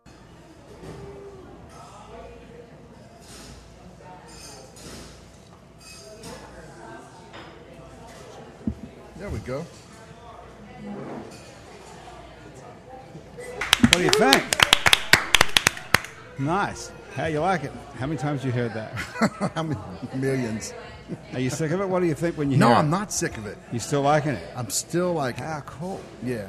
There we go.
What do you think? Nice. How you like it? How many times you heard that?
How many millions?
Are you sick of it? What do you think when you
No,
hear
I'm
it?
not sick of it.
You still liking it?
I'm still like,
How cool.
yeah,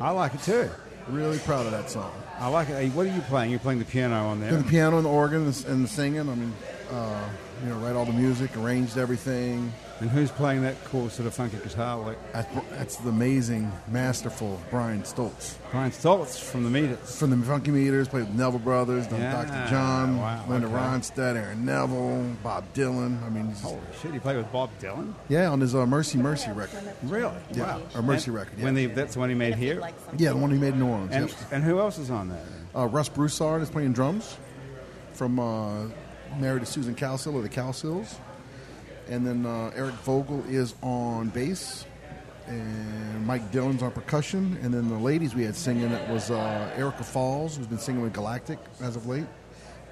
I like it too.
really proud of that song.
I like it. Hey, What are you playing? You're playing the piano on there.
The piano and the organ and the- and the singing. I mean, uh, you know, write all the music, arranged everything.
And who's playing that cool sort of funky guitar like
That's, that's the amazing, masterful Brian Stoltz
Brian Stoltz from the Meters?
from the Funky Meters. Played with Neville Brothers, done
Yeah,
Dr. John,
wow,
Linda
okay. Oh.
Ronstadt, Aaron Neville, Bob Dylan. I mean, he's-
Holy shit, he played with Bob Dylan?
yeah, on his uh, Mercy Mercy record.
Really?
Yeah,
Wow.
or Mercy
And
record, yeah.
When they, that's the one he made here?
Yeah, the one he made in New Orleans.
And,
yep.
and who else is on there?
Uh, Russ Broussard is playing drums from uh, married to Susan Cowsill of the Cowsills. And then uh, Eric Vogel is on bass. And Mike Dillon's on percussion. And then the ladies we had singing, that was uh, Erica Falls, who's been singing with Galactic as of late.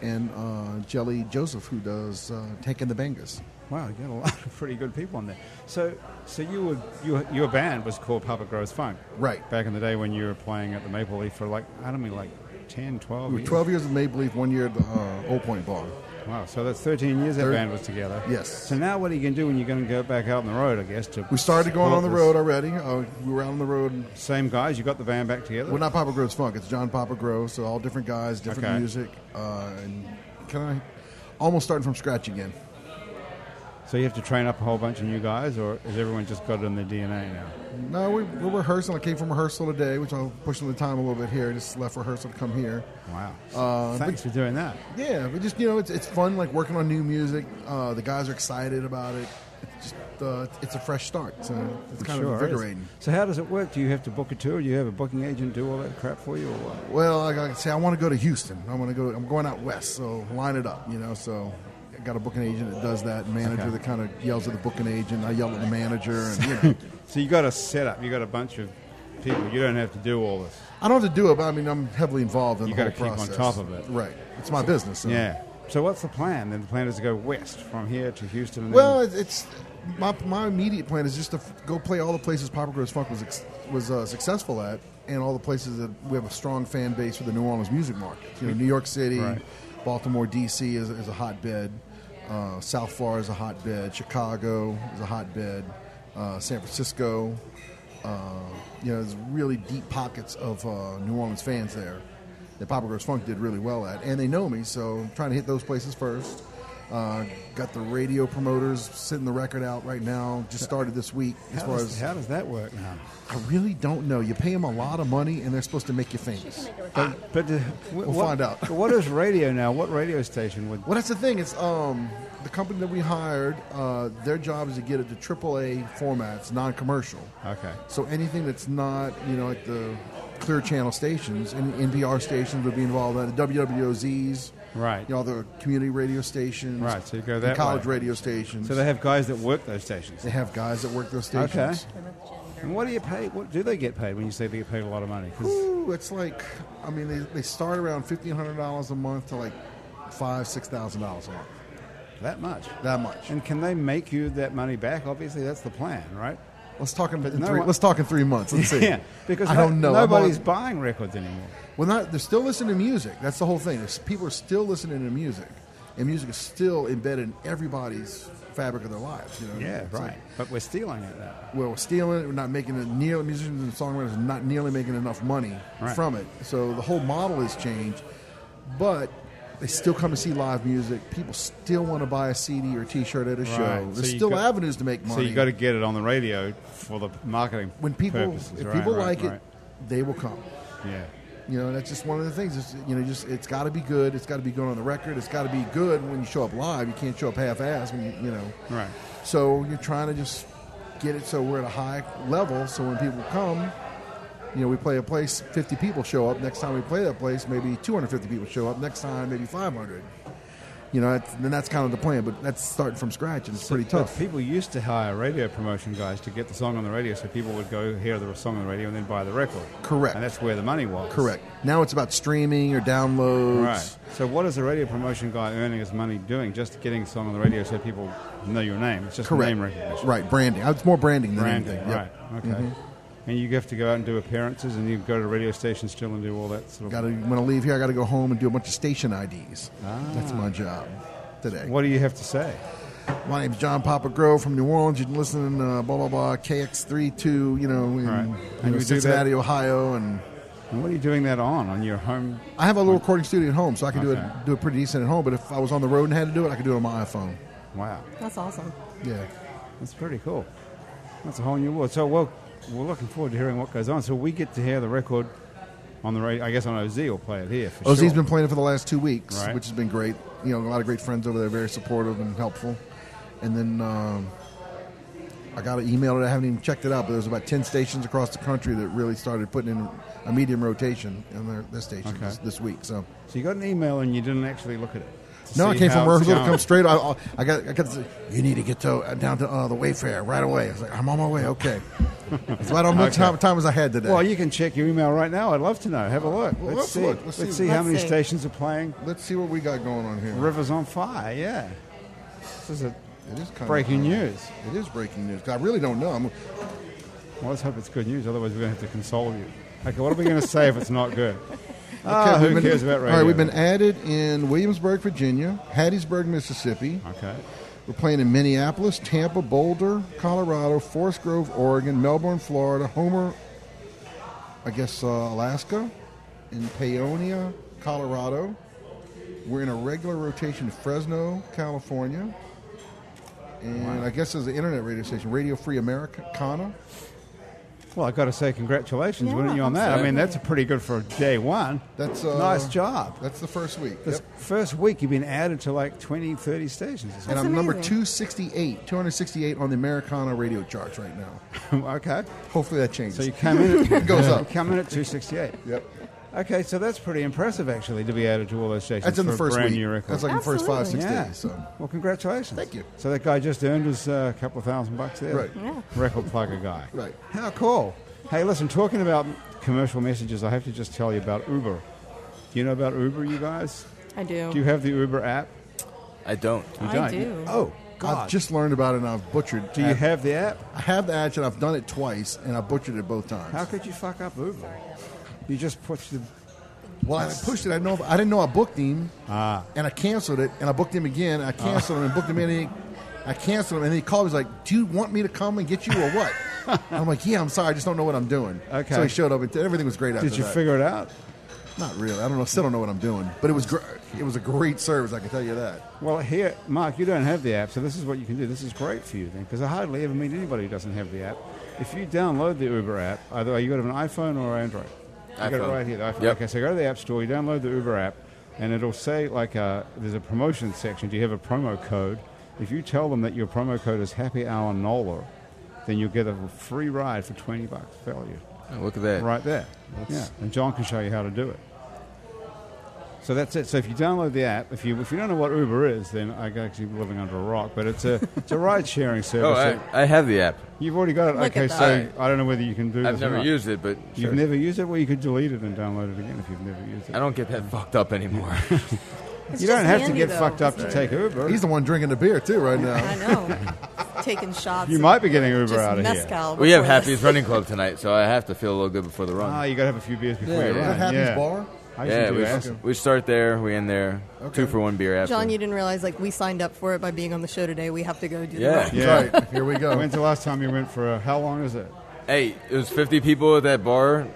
And uh, Jelly Joseph, who does uh, Taking the Bangas.
Wow, you got a lot of pretty good people on there. So, so you were, you were- your band was called Papa Grows Funk.
Right.
Back in the day when you were playing at the Maple Leaf for like, I don't mean like 10, 12
We were
years.
12 years of Maple Leaf, one year at the uh, Old Point Bar.
Wow, so that's 13 years that
Thir-
band was together.
Yes.
So now what are you going to do when you're going to go back out on the road, I guess? To
We started going
support
on the
this?
road already. Uh, we were out on the road
Same guys, you got the band back together?
Well, not Papa Grove's funk. It's John Papa Grove. So all different guys, different
Okay.
music, uh, and kind of almost starting from scratch again.
So you have to train up a whole bunch of new guys, or has everyone just got it in their DNA now?
No, we, we're rehearsing. I came from rehearsal today, which I'm pushing the time a little bit here. Just left rehearsal to come here.
Wow.
Uh,
Thanks for doing that.
Yeah, but just you know, it's, it's fun. Like working on new music. Uh, the guys are excited about it. It's just uh, it's a fresh start. So it's kind
Sure is.
of invigorating.
So how does it work? Do you have to book a tour? Do you have a booking agent do all that crap for you, or what?
Well, like I say, I want to go to Houston. I want to go. I'm going out west, so line it up. You know, so I got a booking agent that does that. Manager
Okay.
that kind of yells at the booking agent. I yell at the manager, and you know,
So you got a setup. You got a bunch of people. You don't have to do all this.
I don't have to do it, but I mean, I'm heavily involved in
You
the whole
gotta keep on
process.
top of it.
right? It's my business. so-
Yeah. So what's the plan? Then the plan is to go west from here to Houston. And
Well,
then,
it's, it's my, my immediate plan is just to f- go play all the places Papa Grows Funk was ex- was uh, successful at, and all the places that we have a strong fan base for the New Orleans music market. You know, New York City,
Right.
Baltimore, D.C. is, is a hotbed. Uh, South Florida is a hotbed. Chicago is a hotbed. Uh, San Francisco. Uh, you know, there's really deep pockets of uh, New Orleans fans there that Papa Grows Funk did really well at, and they know me, so I'm trying to hit those places first. Uh, got the radio promoters sitting the record out right now. Just started this week. As
how,
far
does,
as
how does that work now?
I really don't know. You pay them a lot of money, and they're supposed to make you famous.
But, but uh, we'll
find out.
what is radio now? What radio station would?
Well, that's the thing. It's um, the company that we hired. Uh, their job is to get it to AAA formats, non-commercial.
Okay.
So anything that's not, you know, like the clear channel stations and NPR stations would be involved uh, in it. WWOZs,
Right.
You know, the community radio stations,
Right, so you go
and
that
college
way.
radio stations.
So they have guys that work those stations.
They have guys that work those stations.
Okay. And what do you pay? What do they get paid when you say they get paid a lot of money? 'Cause-
Ooh, it's like, I mean, they, they start around fifteen hundred dollars a month to like five, six thousand dollars a month.
That much.
That much.
And can they make you that money back? Obviously, that's the plan, right?
Let's talk in, in
no
three.
one-
Let's talk in three months. Let's see.
Yeah, because
I
no-
don't know. I'm
Nobody's
on-
buying records anymore.
well, not they're still listening to music. That's the whole thing. There's, people are still listening to music, and music is still embedded in everybody's fabric of their lives. You know?
Yeah,
It's
right.
like,
But we're stealing it. Though.
well, we're stealing it. We're not making it. Nearly, musicians and songwriters are not nearly making enough money
Right.
from it. So the whole model has changed, but they still come to see live music. People still want to buy a CD or a T-shirt at a
Right.
show.
So
There's
you
still
got-
avenues to make money.
So you got to get it on the radio for the marketing
when people
purposes,
if
right,
people
right,
like
right.
it, they will come.
yeah.
You know, that's just one of the things. It's, you know, just it's got to be good. It's got to be good on the record. It's got to be good when you show up live. You can't show up half-assed. When you, you know,
Right.
So you're trying to just get it so we're at a high level. So when people come, you know, we play a place, 50 people show up. Next time we play that place, maybe 250 people show up. Next time, maybe 500. You know, that's, then that's kind of the plan. But that's starting from scratch, and it's pretty
But
tough.
people used to hire radio promotion guys to get the song on the radio, so people would go hear the song on the radio and then buy the record.
Correct.
And that's where the money was.
Correct. Now it's about streaming or downloads.
Right. So, what is a radio promotion guy earning his money doing? Just getting a song on the radio so people know your name. It's just
Correct.
name recognition.
Right. Branding. Uh, It's more branding than
Branding.
anything. Yep. Mm-hmm.
Right. Okay. and you have to go out and do appearances, and you go to radio stations still and do all that sort of.
Got to when I leave here, I got to go home and do a bunch of station IDs. That's my job today.
Ah. What do you have to say?
My name's John Papa Grove from New Orleans. You can listen uh, blah blah blah KX32, you know, in
Right. And
you know,
you do
Cincinnati,
that-
Ohio, and
And what are you doing that on on your home?
I have a little recording studio at home, so I can do
Okay.
it do it pretty decent at home. But if I was on the road and had to do it, I could do it on my iPhone.
Wow,
That's awesome.
Yeah,
that's pretty cool. That's a whole new world. So well, we're looking forward to hearing what goes on. So we get to hear the record on the radio. I guess on OZ will play it here. For
Ozzy's
sure.
been playing it for the last two weeks,
Right.
which has been great. You know, a lot of great friends over there, very supportive and helpful. And then um, I got an email that I haven't even checked it out, but there's about ten stations across the country that really started putting in a medium rotation in their, their stations
Okay.
this, this week. So.
So you got an email and you didn't actually look at it. to
No, I
see
came from
how it's
rehearsal. It
going.
comes straight. I, I I got. I got. To, say, you need to get to uh, down to uh, the Wayfair right away. I was like, I'm on my way. Okay. It's right on much
Okay.
time, time as I had today.
Well, you can check your email right now. I'd love to know. Have a look.
Well,
let's,
let's
see.
look. Let's
let's
see.
see how
Let's
many
see.
stations are playing
Let's see what we got going on here.
Rivers on Fire. Yeah, this is a
It is kind
breaking news.
It is breaking news. I really don't know. I'm,
Well, let's hope it's good news. Otherwise, we're going to have to console you. Okay, what are we going to say if it's not good? Ah,
we've
who
been-
cares about radio?
Uh, All right, we've been added in Williamsburg, Virginia, Hattiesburg, Mississippi.
okay.
We're playing in Minneapolis, Tampa, Boulder, Colorado, Forest Grove, Oregon, Melbourne, Florida, Homer, I guess uh, Alaska, and Paonia, Colorado. We're in a regular rotation to Fresno, California. And I guess there's an internet radio station, Radio Free America, Kana.
Well, I've got to say congratulations,
Yeah,
wouldn't you, on that? I mean, that's pretty good for day one.
That's uh,
nice job.
That's the first week.
This
Yep.
first week, you've been added to like 20, 30 stations. or
And
something.
I'm number
amazing.
268, 268 on the Americana radio charts right now.
okay.
Hopefully that changes.
So you came in. At,
Goes
you
up.
Come in at 268.
yep.
Okay, so that's pretty impressive, actually, to be added to all those stations.
That's in
for
the
a
first
brand
week.
New record.
That's like the first five, six
Absolutely.
yeah.
days. So.
Well, congratulations.
Thank you.
So that guy just earned his uh, couple of thousand bucks there.
Right.
Yeah.
Record plugger guy.
Right.
How cool. Hey, listen, talking about commercial messages, I have to just tell you about Uber. Do you know about Uber, you guys?
I do.
Do you have the Uber app?
I don't.
You
I
don't.
do.
Oh,
I've
God.
just learned about it and I've butchered.
do you have the app?
I have the action. I've done it twice and I butchered it both times.
How could you fuck up Uber? You just push the.
well, I pushed it. I know. I didn't know I booked him,
Ah.
and I canceled it. And I booked him again. I canceled him and booked him in. And he, I canceled him, and he called. He's like, "Do you want me to come and get you or what?" And I'm like, "Yeah, I'm sorry. I just don't know what I'm doing."
Okay.
So he showed up. And everything was great. After
Did you
that.
figure it out?
Not really. I don't know. Still don't know what I'm doing. But it was gr- it was a great service. I can tell you that.
Well, here, Mark, you don't have the app, so this is what you can do. This is great for you then, because I hardly ever meet anybody who doesn't have the app. If you download the Uber app, either way, you got an iPhone or Android. I got it
iPhone.
right here. the iPhone.
Yep.
Okay, so go to the App Store, you download the Uber app, and it'll say like uh, there's a promotion section. Do you have a promo code? If you tell them that your promo code is Happy Hour Nola, then you'll get a free ride for twenty bucks value
Oh, look at that.
right there. yeah, and John can show you how to do it. So that's it. So if you download the app, if you if you don't know what Uber is, then I guess you're living under a rock. But it's a it's a ride sharing
Oh,
service. that-
I, I have the app.
You've already got it.
Look
okay,
at
so
that.
I don't know whether you can do.
I've
this or
never
not.
used it, but
You've
sure.
never used it. Well, you could delete it and download it again if you've never used it.
I don't get that fucked up anymore.
It's
you don't
just
have to
handy,
get
though.
fucked up to take Uber.
He's the one drinking the beer too right now.
I know. Taking shots.
You
of
might be getting Uber
just
out of here.
mezcal
we have
before
Happy's
this.
Running Club tonight, so I have to feel a little good before the
Ah,
run.
you got to have a few beers before
Yeah,
you
yeah.
run.
Is that Happy's
yeah.
bar?
I should
yeah,
do
we,
acid.
we start there, we end there.
Okay.
Two for one beer after.
John, you didn't realize like we signed up for it by being on the show today. We have to go do the
Yeah.
run.
Yeah.
That's right. Here we go.
When's the last time you went for a? How long is it?
Hey, it was 50 people at that bar.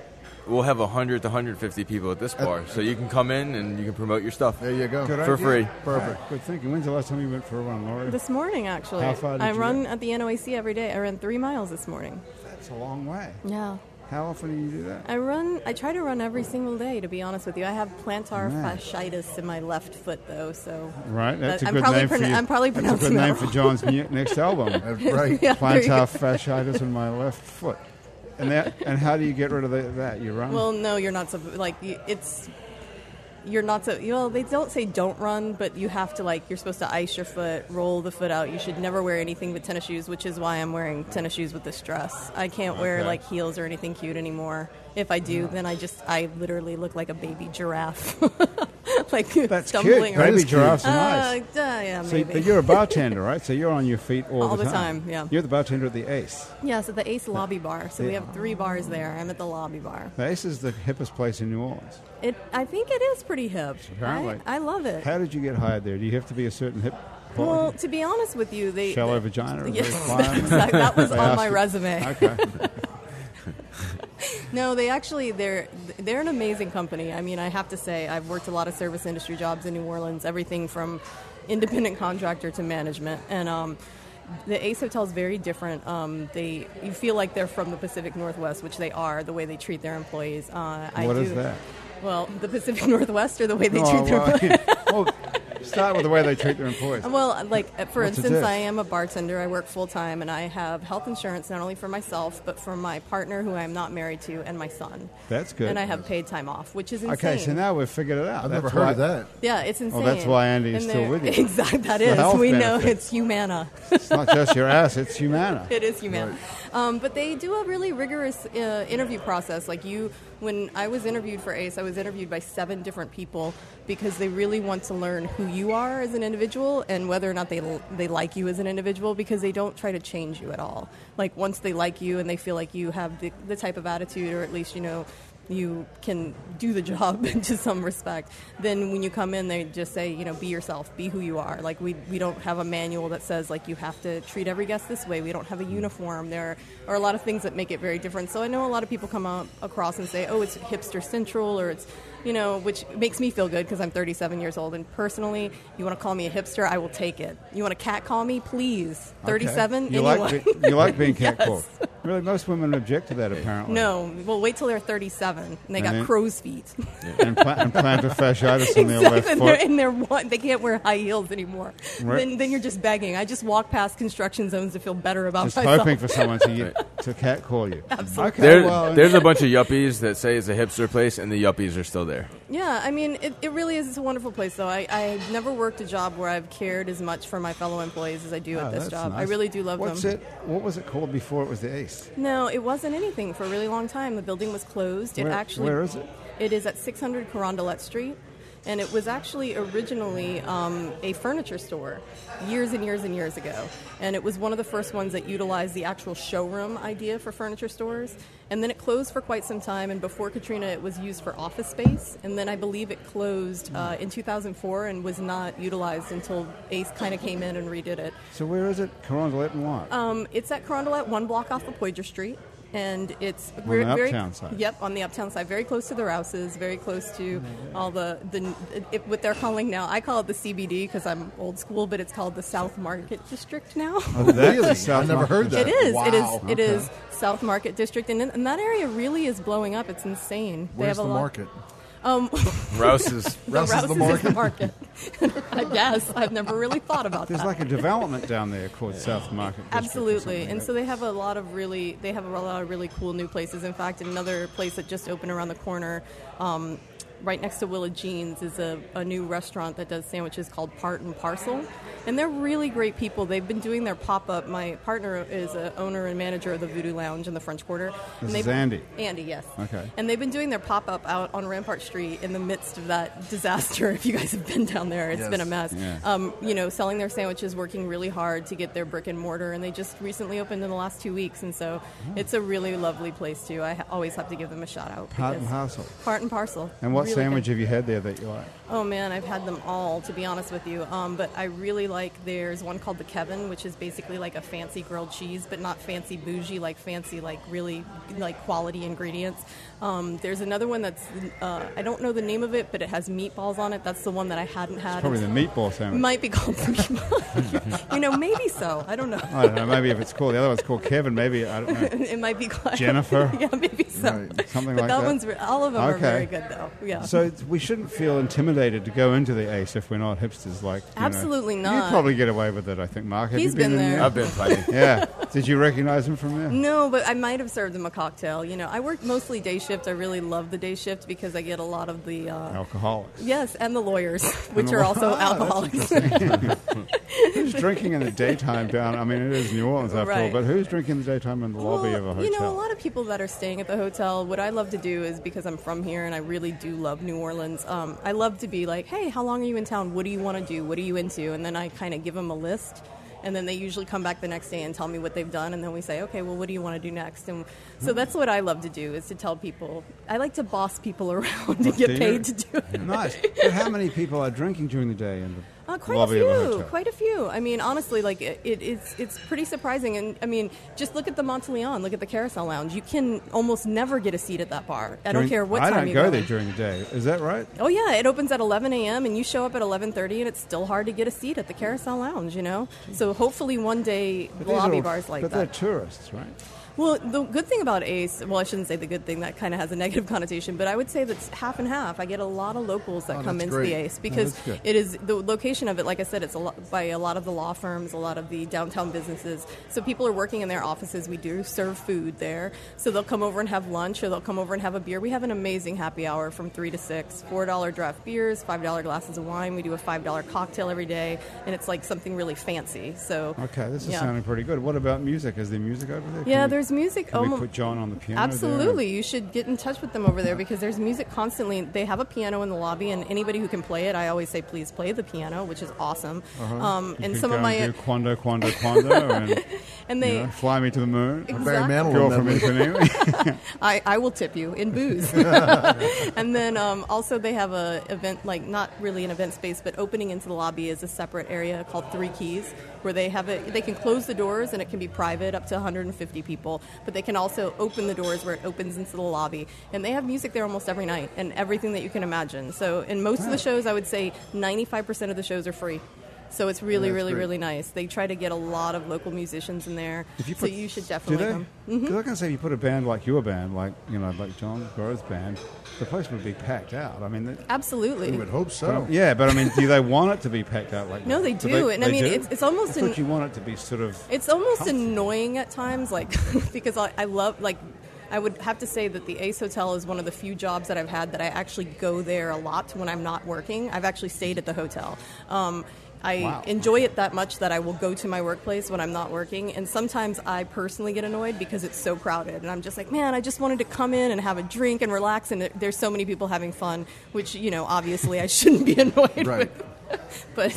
We'll have 100 to 150 people at this bar, so you can come in and you can promote your stuff.
There you go.
Good
For
idea.
free.
Perfect.
Good thinking. When's the last time you went for a run, Laurie?
This morning, actually,
How far did
I
you
run
run?
at the NOAC every day. I ran three miles this morning.
That's a long way.
Yeah.
How often do you do that?
I run. I try to run every single day. To be honest with you, I have plantar
Man.
fasciitis in my left foot, though. So
Right, that's
But
a
I'm
good
probably
name for
pronu-
you.
I'm probably
that's a
pronouncing
good
that
name for
wrong.
John's new, next album.
That's right.
Yeah, there you
Plantar fasciitis in my left foot. And that, and how do you get rid of the, that? You run.
Well, no, you're not. supp- Like y- it's you're not so. Well, they don't say don't run, but you have to like you're supposed to ice your foot, roll the foot out. You should never wear anything but tennis shoes, which is why I'm wearing tennis shoes with this dress. I can't wear
Okay.
like heels or anything cute anymore. If I do, then I just I literally look like a baby giraffe. like
That's
stumbling
cute.
around.
Maybe
is cute.
giraffes and
Uh,
mice.
duh, yeah,
So,
maybe.
but you're a bartender, right? So you're on your feet all,
All
the
the
time.
time, yeah.
You're the bartender at the Ace.
yeah, so the Ace Lobby Bar. So we
Yeah.
have three bars there. I'm at the lobby bar.
The Ace is the hippest place in New Orleans.
It, I think it is pretty hip. I,
Apparently.
I love it.
How did you get hired there? Do you have to be a certain hip?
Well,
quality?
to be honest with you, they
shallow vagina. is a
Yes,
requirement?
that, that was
They
on
asked
my
you-
resume.
Okay.
No, they actually they're they're an amazing company. I mean, I have to say I've worked a lot of service industry jobs in New Orleans, everything from independent contractor to management, and um, the Ace Hotel is very different. Um, they you feel like they're from the Pacific Northwest, which they are. The way they treat their employees. Uh, I
What is
do-
that?
Well, the Pacific Northwest or the way they
Oh,
treat their
well, well, start with the way they treat their employees.
Well, like uh, for
What's the
instance,
diff?
I am a bartender. I work full time, and I have health insurance not only for myself but for my partner, who I am not married to, and my son.
That's good.
And I have paid time off, which is insane.
okay, so now we've figured it out.
I've
That's
never heard of
why-
that.
yeah, it's insane.
that's why Andy is
And
still
they're-
with you.
Exactly, that
the
is.
health
We know
benefits.
it's Humana.
It's not just your ass; it's Humana.
It is Humana. Um, but they do a really rigorous uh, interview process. Like you, when I was interviewed for ACE, I was interviewed by seven different people because they really want to learn who you are as an individual and whether or not they l- they like you as an individual because they don't try to change you at all. Like once they like you and they feel like you have the, the type of attitude, or at least you know. You can do the job to some respect. Then, when you come in, they just say, you know, be yourself, be who you are. Like, we, we don't have a manual that says, like, you have to treat every guest this way. We don't have a
Mm.
uniform. There are a lot of things that make it very different. So I know a lot of people come up, across and say, oh, it's hipster central or it's, you know, which makes me feel good because I'm 37 years old. And personally, you want to call me a hipster, I will take it. You want to cat call me, please. 37,
You
anyone.
like be- you like being
Yes.
catcalled. Really, most women object to that apparently.
No, well, wait till they're 37 and they
And
got
then-
crow's feet.
And, pla- and plantar fasciitis on their left
exactly, and they're,
foot.
and they're one, they can't wear high heels anymore.
Right.
Then, then you're just begging. I just walk past construction zones to feel better about
Just
myself.
hoping for someone to get, to catcall you. Absolutely. Okay,
There,
well,
there's a bunch of yuppies that say it's a hipster place, and the yuppies are still there.
Yeah, I mean, it, it really is. It's a wonderful place, though. I, I've never worked a job where I've cared as much for my fellow employees as I do
oh,
at this
that's
job. I
nice.
really do love
What's
them.
it? What was it called before it was the Ace?
No, it wasn't anything for a really long time. The building was closed.
Where-
it actually
where is it?
It is at 600 Carondelet Street, and it was actually originally um, a furniture store years and years and years ago. And it was one of the first ones that utilized the actual showroom idea for furniture stores. And then it closed for quite some time. And before Katrina, it was used for office space. And then I believe it closed uh, in 2004 and was not utilized until Ace kind of came in and redid it.
So where is it? Carondelet and Locke.
Um, it's at Carondelet, one block off of Poydras Street, and it's on
the uptown side.
Yep, on the uptown side, very close to the Rouses, very close to all the the it, what they're calling now. I call it the CBD because I'm old school, but it's called the South Market District now.
Oh, That's
Really?
South
I never heard
Market.
that.
It is. It is.
Wow.
It is South Market District, and, and that area really is blowing up. It's insane. they
Where's
have a
the
lot-
market?
Rouse's
The
Rouses
Rouses
the
is the market. I guess I've never really thought about
There's
that.
like a development down there called South Market. District or
Absolutely,
something
and
like
so they have a lot of really they have a lot of really cool new places. In fact, another place that just opened around the corner, um, right next to Willa Jeans, is a, a new restaurant that does sandwiches called Part and Parcel, and they're really great people. They've been doing their pop up. My partner is a owner and manager of the Voodoo Lounge in the French Quarter.
This
and
is
they've-
Andy.
Andy, yes.
Okay.
And they've been doing their pop up out on Rampart Street in the midst of that disaster. If you guys have been down there, it's
Yes.
been a mess.
Yeah.
Um, you know, selling their sandwiches, working really hard to get their brick and mortar, and they just recently opened in the last two weeks, and so
Oh.
it's a really lovely place too. I ha- always have to give them a shout out.
Part and
because-
parcel.
Part and parcel.
And what
Really
sandwich
good.
have you had there that you like?
Oh man, I've had them all to be honest with you. Um, but I really like there's one called the Kevin, which is basically like a fancy grilled cheese, but not fancy bougie, like fancy like really like quality ingredients. Um, there's another one that's uh, I don't know the name of it, but it has meatballs on it. That's the one that I hadn't had.
Probably the
It's-
meatball sandwich.
might be called the meatball. you know, maybe so. I don't know.
I don't know. Maybe if it's called the other one's called Kevin. Maybe I don't know.
It might be called
Jennifer?
yeah, maybe so.
Right.
Something
but
like
that,
that.
one's re- all of them are
Okay.
very good though. Yeah.
So it's- we shouldn't feel intimidated to go into the Ace if we're not hipsters. Like you know.
Absolutely
You'd
not.
probably get away with it, I think. Mark, have
He's
you been,
been
in
there.
I've been plenty.
Yeah. Did you recognize him from there?
No, but I might have served him a cocktail. You know, I work mostly day shift. I really love the day shift because I get a lot of the. Uh,
Alcoholics.
Yes, and the lawyers, which
Oh. the
are
law-
Ah,
also
that's
alcoholics.
Who's drinking in the daytime down? I mean, it is New Orleans after all.
Right.
But who's drinking in the daytime in the lobby
Well,
of a hotel?
You know, a lot of people that are staying at the hotel, what I love to do is because I'm from here and I really do love love New Orleans. Um, I love to be like, hey, how long are you in town? What do you want to do? What are you into? And then I kind of give them a list. And then they usually come back the next day and tell me what they've done, and then we say, "Okay, well, what do you want to do next?" And
Hmm.
so that's what I love to do is to tell people. I like to boss people around and
Do
get
you?
paid to do it.
Nice. But how many people are drinking during the day in the
Uh, quite
lobby
a
of a
few,
hotel?
quite a few. I mean, honestly, like it, it, it's it's pretty surprising. And I mean, just look at the Monteleone, look at the Carousel Lounge. You can almost never get a seat at that bar. I don't
During-
care what
I
time
don't
you
go
go.
there
in.
during the day. Is that right?
Oh yeah, it opens at 11 a.m. and you show up at 11:30, and it's still hard to get a seat at the Carousel Lounge. You know, so hopefully one day
But these are
lobby
all-
bars like
but
that.
they're tourists, right?
Well, the good thing about Ace, well, I shouldn't say the good thing, that kind of has a negative connotation, but I would say that's half and half. I get a lot of locals that
Oh,
come
that's
into
great.
the Ace because
that's good.
it is the location of it, like I said, it's a lot, by a lot of the law firms, a lot of the downtown businesses. So people are working in their offices. We do serve food there. So they'll come over and have lunch or they'll come over and have a beer. We have an amazing happy hour from 3 to 6, $4 draft beers, $5 glasses of wine. We do a $5 cocktail every day, and it's like something really fancy. So,
Okay, this is
yeah.
sounding pretty good. What about music? Is there music over there? Can
Yeah,
we-
there's music.
Can we
almo-
put John on the piano? there?
Absolutely, you should get in touch with them over there because there's music constantly. They have a piano in the lobby, and anybody who can play it, I always say, please play the piano, which is awesome. Um,
Uh-huh. You
and
could
some
go
of my
and do Quando, Quando, Quando, and
and
you
they,
know, fly me to the moon.
Exactly.
Barry Manilow.
Girl
that
from
one.
Ipanema.
I, I will tip you in booze. and then um, also they have a event like not really an event space, but opening into the lobby is a separate area called Three Keys, where they have it. They can close the doors and it can be private up to 150 people, but they can also open the doors where it opens into the lobby. And they have music there almost every night and everything that you can imagine. So in most of the shows, I would say 95% of the shows are free. So it's really,
that's
really,
great.
really nice. They try to get a lot of local musicians in there.
If
so you should definitely Mm-hmm.
do they?
come.
Because I can say, if you put a band like your band, like you know, like John Grove's band, the place would be packed out. I mean, that,
Absolutely.
We would hope so.
yeah, but I mean, do they want it to be packed out like?
No,
that?
they do, and I mean, it's- it's almost
I thought
an-
you want it to be sort of.
It's almost annoying at times, like because I, I love like I would have to say that the Ace Hotel is one of the few jobs that I've had that I actually go there a lot when I'm not working. I've actually stayed at the hotel. Um, I
Wow.
enjoy it that much that I will go to my workplace when I'm not working, and sometimes I personally get annoyed because it's so crowded, and I'm just like, man, I just wanted to come in and have a drink and relax, and there- there's so many people having fun, which you know, obviously, I shouldn't be annoyed
Right.
with but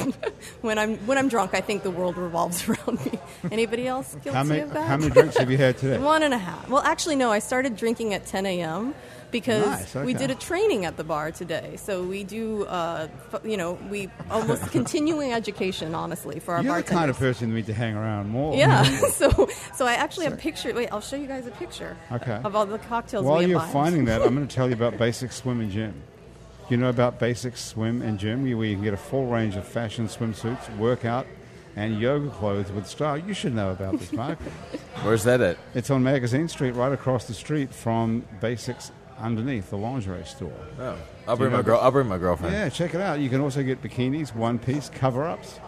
when I'm when I'm drunk, I think the world revolves around me. Anybody else guilty
How many,
of that?
how many drinks have you had today?
One and a half. Well, actually, no. I started drinking at 10 a.m. because
Nice, okay.
we did a training at the bar today. So we do, uh, f- you know, we almost continuing education, honestly, for our
You're the
bartenders.
kind of person we need to hang around more.
yeah. so so I actually have picture. Wait, I'll show you guys a picture.
Okay.
Of all the cocktails
While
we
you're
imbibed.
finding that, I'm going to tell you about Basic Swim and Gym. You know about Basic Swim and Gym, You- where you can get a full range of fashion swimsuits, workout, and yoga clothes with style. You should know about this, Mark.
Where's that at?
it's on Magazine Street, right across the street from Basics underneath the lingerie store.
Oh, I'll
Do you
bring my
know-
girl. I'll bring my girlfriend.
Yeah, check it out. You can also get bikinis, one piece, cover ups.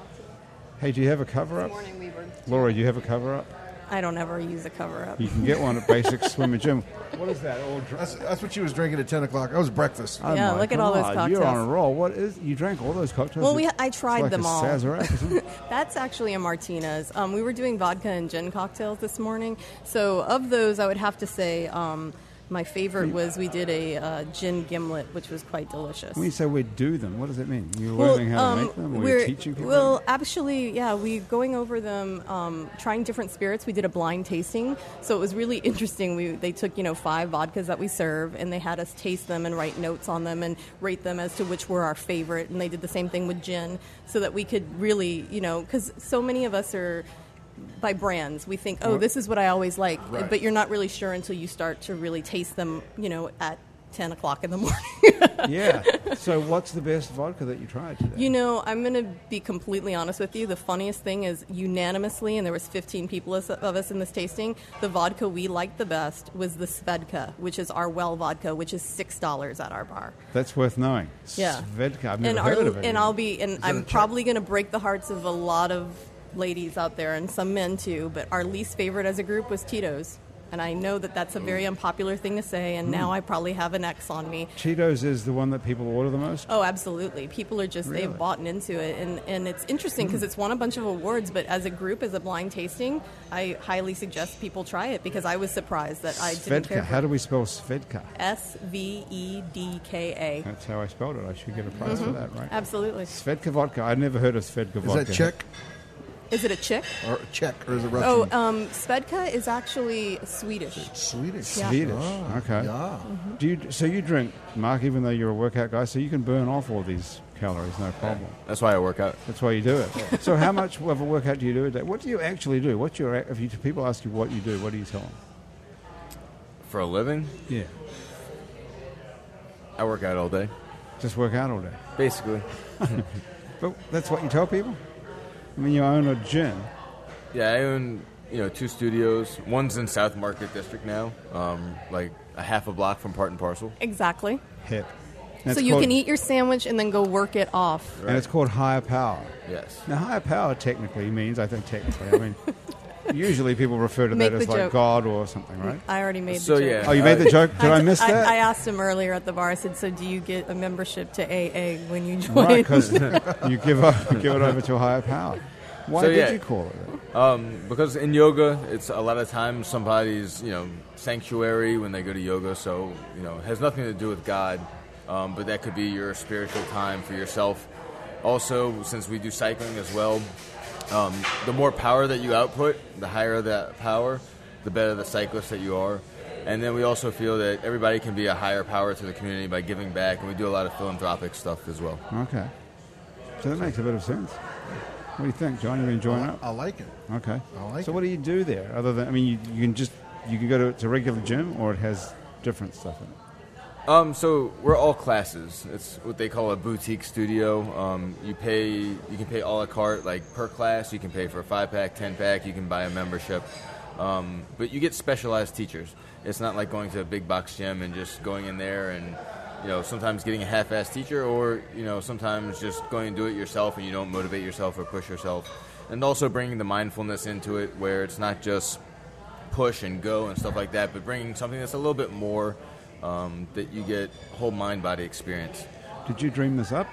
Hey, do you have a cover up?
Morning, Weaver.
Laura, do you have a cover up?
I don't ever use a cover up.
You can get one at Basic Swim and Gym. What is that? All dr-
That's, that's what she was drinking at 10 o'clock. That was breakfast.
Oh
Yeah,
my
look at all those
God, You're on a
cocktails.
roll. What is? You drank all those cocktails?
Well, we-
It's
I tried
like
them
a
all.
Sazerac or something.
That's actually a Martinez. Um, we were doing vodka and gin cocktails this morning. So of those, I would have to say um, my favorite was we did a uh, gin gimlet, which was quite delicious.
when you say we do them, what does it mean? You're
Well,
learning how to
um,
make them, or
we're-
you're teaching people?
Well, actually, yeah, we're going over them, um, trying different spirits. We did a blind tasting, so it was really interesting. We they took you know five vodkas that we serve, and they had us taste them and write notes on them and rate them as to which were our favorite. And they did the same thing with gin, so that we could really you know because so many of us are. By brands, we think, oh, this is what I always like,
Right.
but you're not really sure until you start to really taste them, you know, at 10 o'clock in the morning.
yeah. So, what's the best vodka that you tried today?
You know, I'm going to be completely honest with you. The funniest thing is unanimously, and there was 15 people us- of us in this tasting. The vodka we liked the best was the Svedka, which is our well vodka, which is six dollars at our bar.
That's worth knowing.
Yeah.
Svedka. I've never
and
heard
our,
of it.
and I'll be and
a
I'm
Czech?
probably going to break the hearts of a lot of ladies out there and some men too. But our least favorite as a group was Tito's. And I know that that's a very unpopular thing to say,
Hmm.
and now I probably have an X on me.
Cheetos is the one that people order the most.
Oh, absolutely. People are just,
Really? Hmm.
they've bought into it. And, and it's interesting because it's won a bunch of awards, but as a group, as a blind tasting, I highly suggest people try it because I was surprised that I didn't
Svedka.
care.
How do we spell Svedka?
S V E D K A.
That's how I spelled it. I should get a prize
Mm-hmm.
for that, right?
Absolutely.
Svedka vodka. I've never heard of Svedka
Is
vodka.
that Czech
Is it a chick?
or Czech or is it
Oh,
Russian?
uh,
um, Svedka is actually Swedish.
Swedish.
yeah.
Swedish.
Ah,
okay.
Yeah.
Do you, so you drink, Mark, even though you're a workout guy, so you can burn off all these calories, no problem.
That's why I work out.
That's why you do it. so how much of a workout do you do a day? What do you actually do? What's your, ac- if you, people ask you what you do, what do you tell them?
For a living,
Yeah.
I work out all day,
Just work out all day.
basically.
But that's what you tell people? I mean, you own a gym.
Yeah, I own you know two studios. One's in South Market District now, um, like a half a block from Part and Parcel.
Exactly.
Hip. And
so
it's
you
called-
can eat your sandwich and then go work it off.
And it's called higher power.
Yes.
Now, higher power technically means, I think technically, I mean, usually people refer to
Make
that as
the
like
joke.
God or something, right?
I already made
So,
the joke.
yeah.
Oh, you made the joke? Did I, miss
I,
that?
I asked him earlier at the bar. I said, "So do you get a membership to AA when you join?"
Right, because you give up, give it over to a higher power. Why
So,
did
yeah.
you call it that?
Um, because in yoga, it's a lot of times somebody's you know sanctuary when they go to yoga. So you know it has nothing to do with God, um, but that could be your spiritual time for yourself. Also, since we do cycling as well, um, the more power that you output, the higher that power, the better the cyclist that you are. And then we also feel that everybody can be a higher power to the community by giving back, and we do a lot of philanthropic stuff as well.
Okay. So that makes a bit of sense. What do you think, John? You enjoying it?
I like it.
Okay.
I like
so
it.
what do you do there? Other than, I mean, you, you can just, you can go to it's a regular gym or it has different stuff in it.
Um, so we're all classes. It's what they call a boutique studio. Um, you pay, you can pay a la carte, like per class. You can pay for a five pack, ten pack. You can buy a membership, um, but you get specialized teachers. It's not like going to a big box gym and just going in there and, you know, sometimes getting a half-assed teacher, or you know, sometimes just going and do it yourself and you don't motivate yourself or push yourself, and also bringing the mindfulness into it, where it's not just push and go and stuff like that, but bringing something that's a little bit more um, that you get whole mind body experience.
Did you dream this up,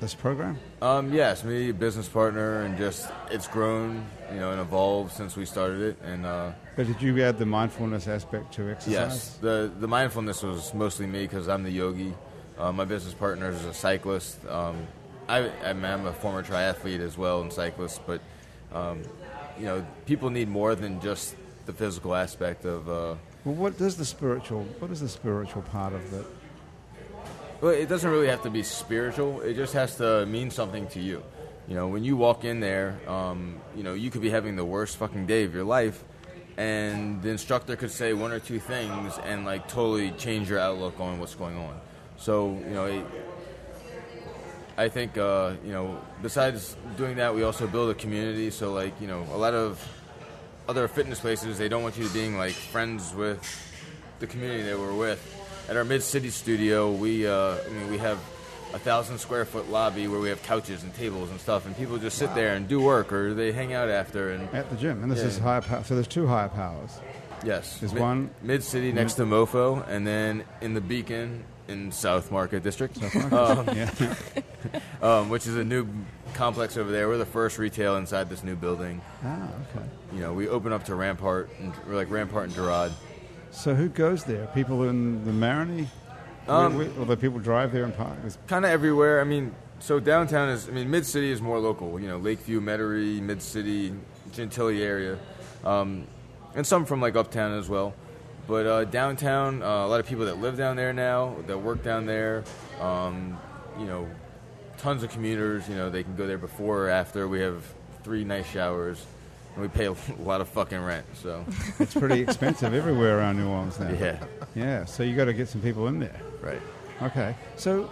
this program?
Um, yes, me, business partner, and just it's grown, you know, and evolved since we started it. And uh,
But did you add the mindfulness aspect to exercise?
yes, the the mindfulness was mostly me because I'm the yogi. Uh, my business partner is a cyclist. Um, I, I mean, I'm a former triathlete as well and cyclist, but um, you know, people need more than just the physical aspect of. Uh,
Well, what does the spiritual? What is the spiritual part of that?
Well, it doesn't really have to be spiritual. It just has to mean something to you. You know, when you walk in there, um, you know, you could be having the worst fucking day of your life, and the instructor could say one or two things and like totally change your outlook on what's going on. So, you know, it, I think uh, you know. Besides doing that, we also build a community. So, like you know, a lot of other fitness places, they don't want you to being like friends with the community that we're with. At our Mid City studio, we uh, I mean we have a thousand square foot lobby where we have couches and tables and stuff, and people just sit there and do work or they hang out after. And
At the gym, and this
Yeah.
is higher power. So there's two higher powers.
yes,
There's one-
Mid City next to Mofo, and then in the Beacon in South Market District.
yeah.
um, which is a new complex over there. We're the first retail inside this new building.
Ah, okay.
You know, we open up to Rampart and we're like Rampart and Gerard.
So who goes there? People in the Marigny,
Um,
Where- where- or the people drive there and park. It's-
Kind of everywhere. I mean, so downtown is. I mean, Mid City is more local. You know, Lakeview, Metairie, Mid City, Gentilly area, um, and some from like uptown as well. But uh, downtown, uh, a lot of people that live down there now, that work down there. Um, you know, tons of commuters. You know, they can go there before or after. We have three nice showers, and we pay a lot of fucking rent. So,
It's pretty expensive everywhere around New Orleans now.
yeah,
Yeah. So you got to get some people in there.
right.
Okay. So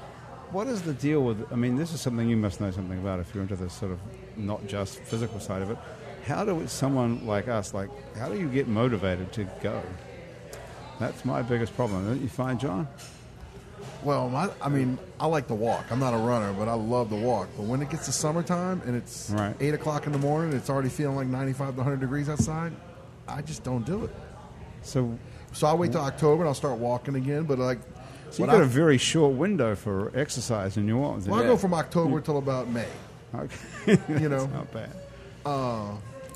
what is the deal with? I mean, this is something you must know something about if you're into this sort of not just physical side of it. How do someone like us, like, how do you get motivated to go? That's my biggest problem. Don't you find, John?
Well, my, I mean, I like to walk. I'm not a runner, but I love to walk. But when it gets to summertime and it's
Right.
eight o'clock in the morning, it's already feeling like 95 to 100 degrees outside. I just don't do it.
So,
So I'll wait till October and I'll start walking again. But like,
so you've
what
got
I-
a very short window for exercise in New Orleans.
well, I
yeah.
go from October till about May.
Okay.
You know.
not bad.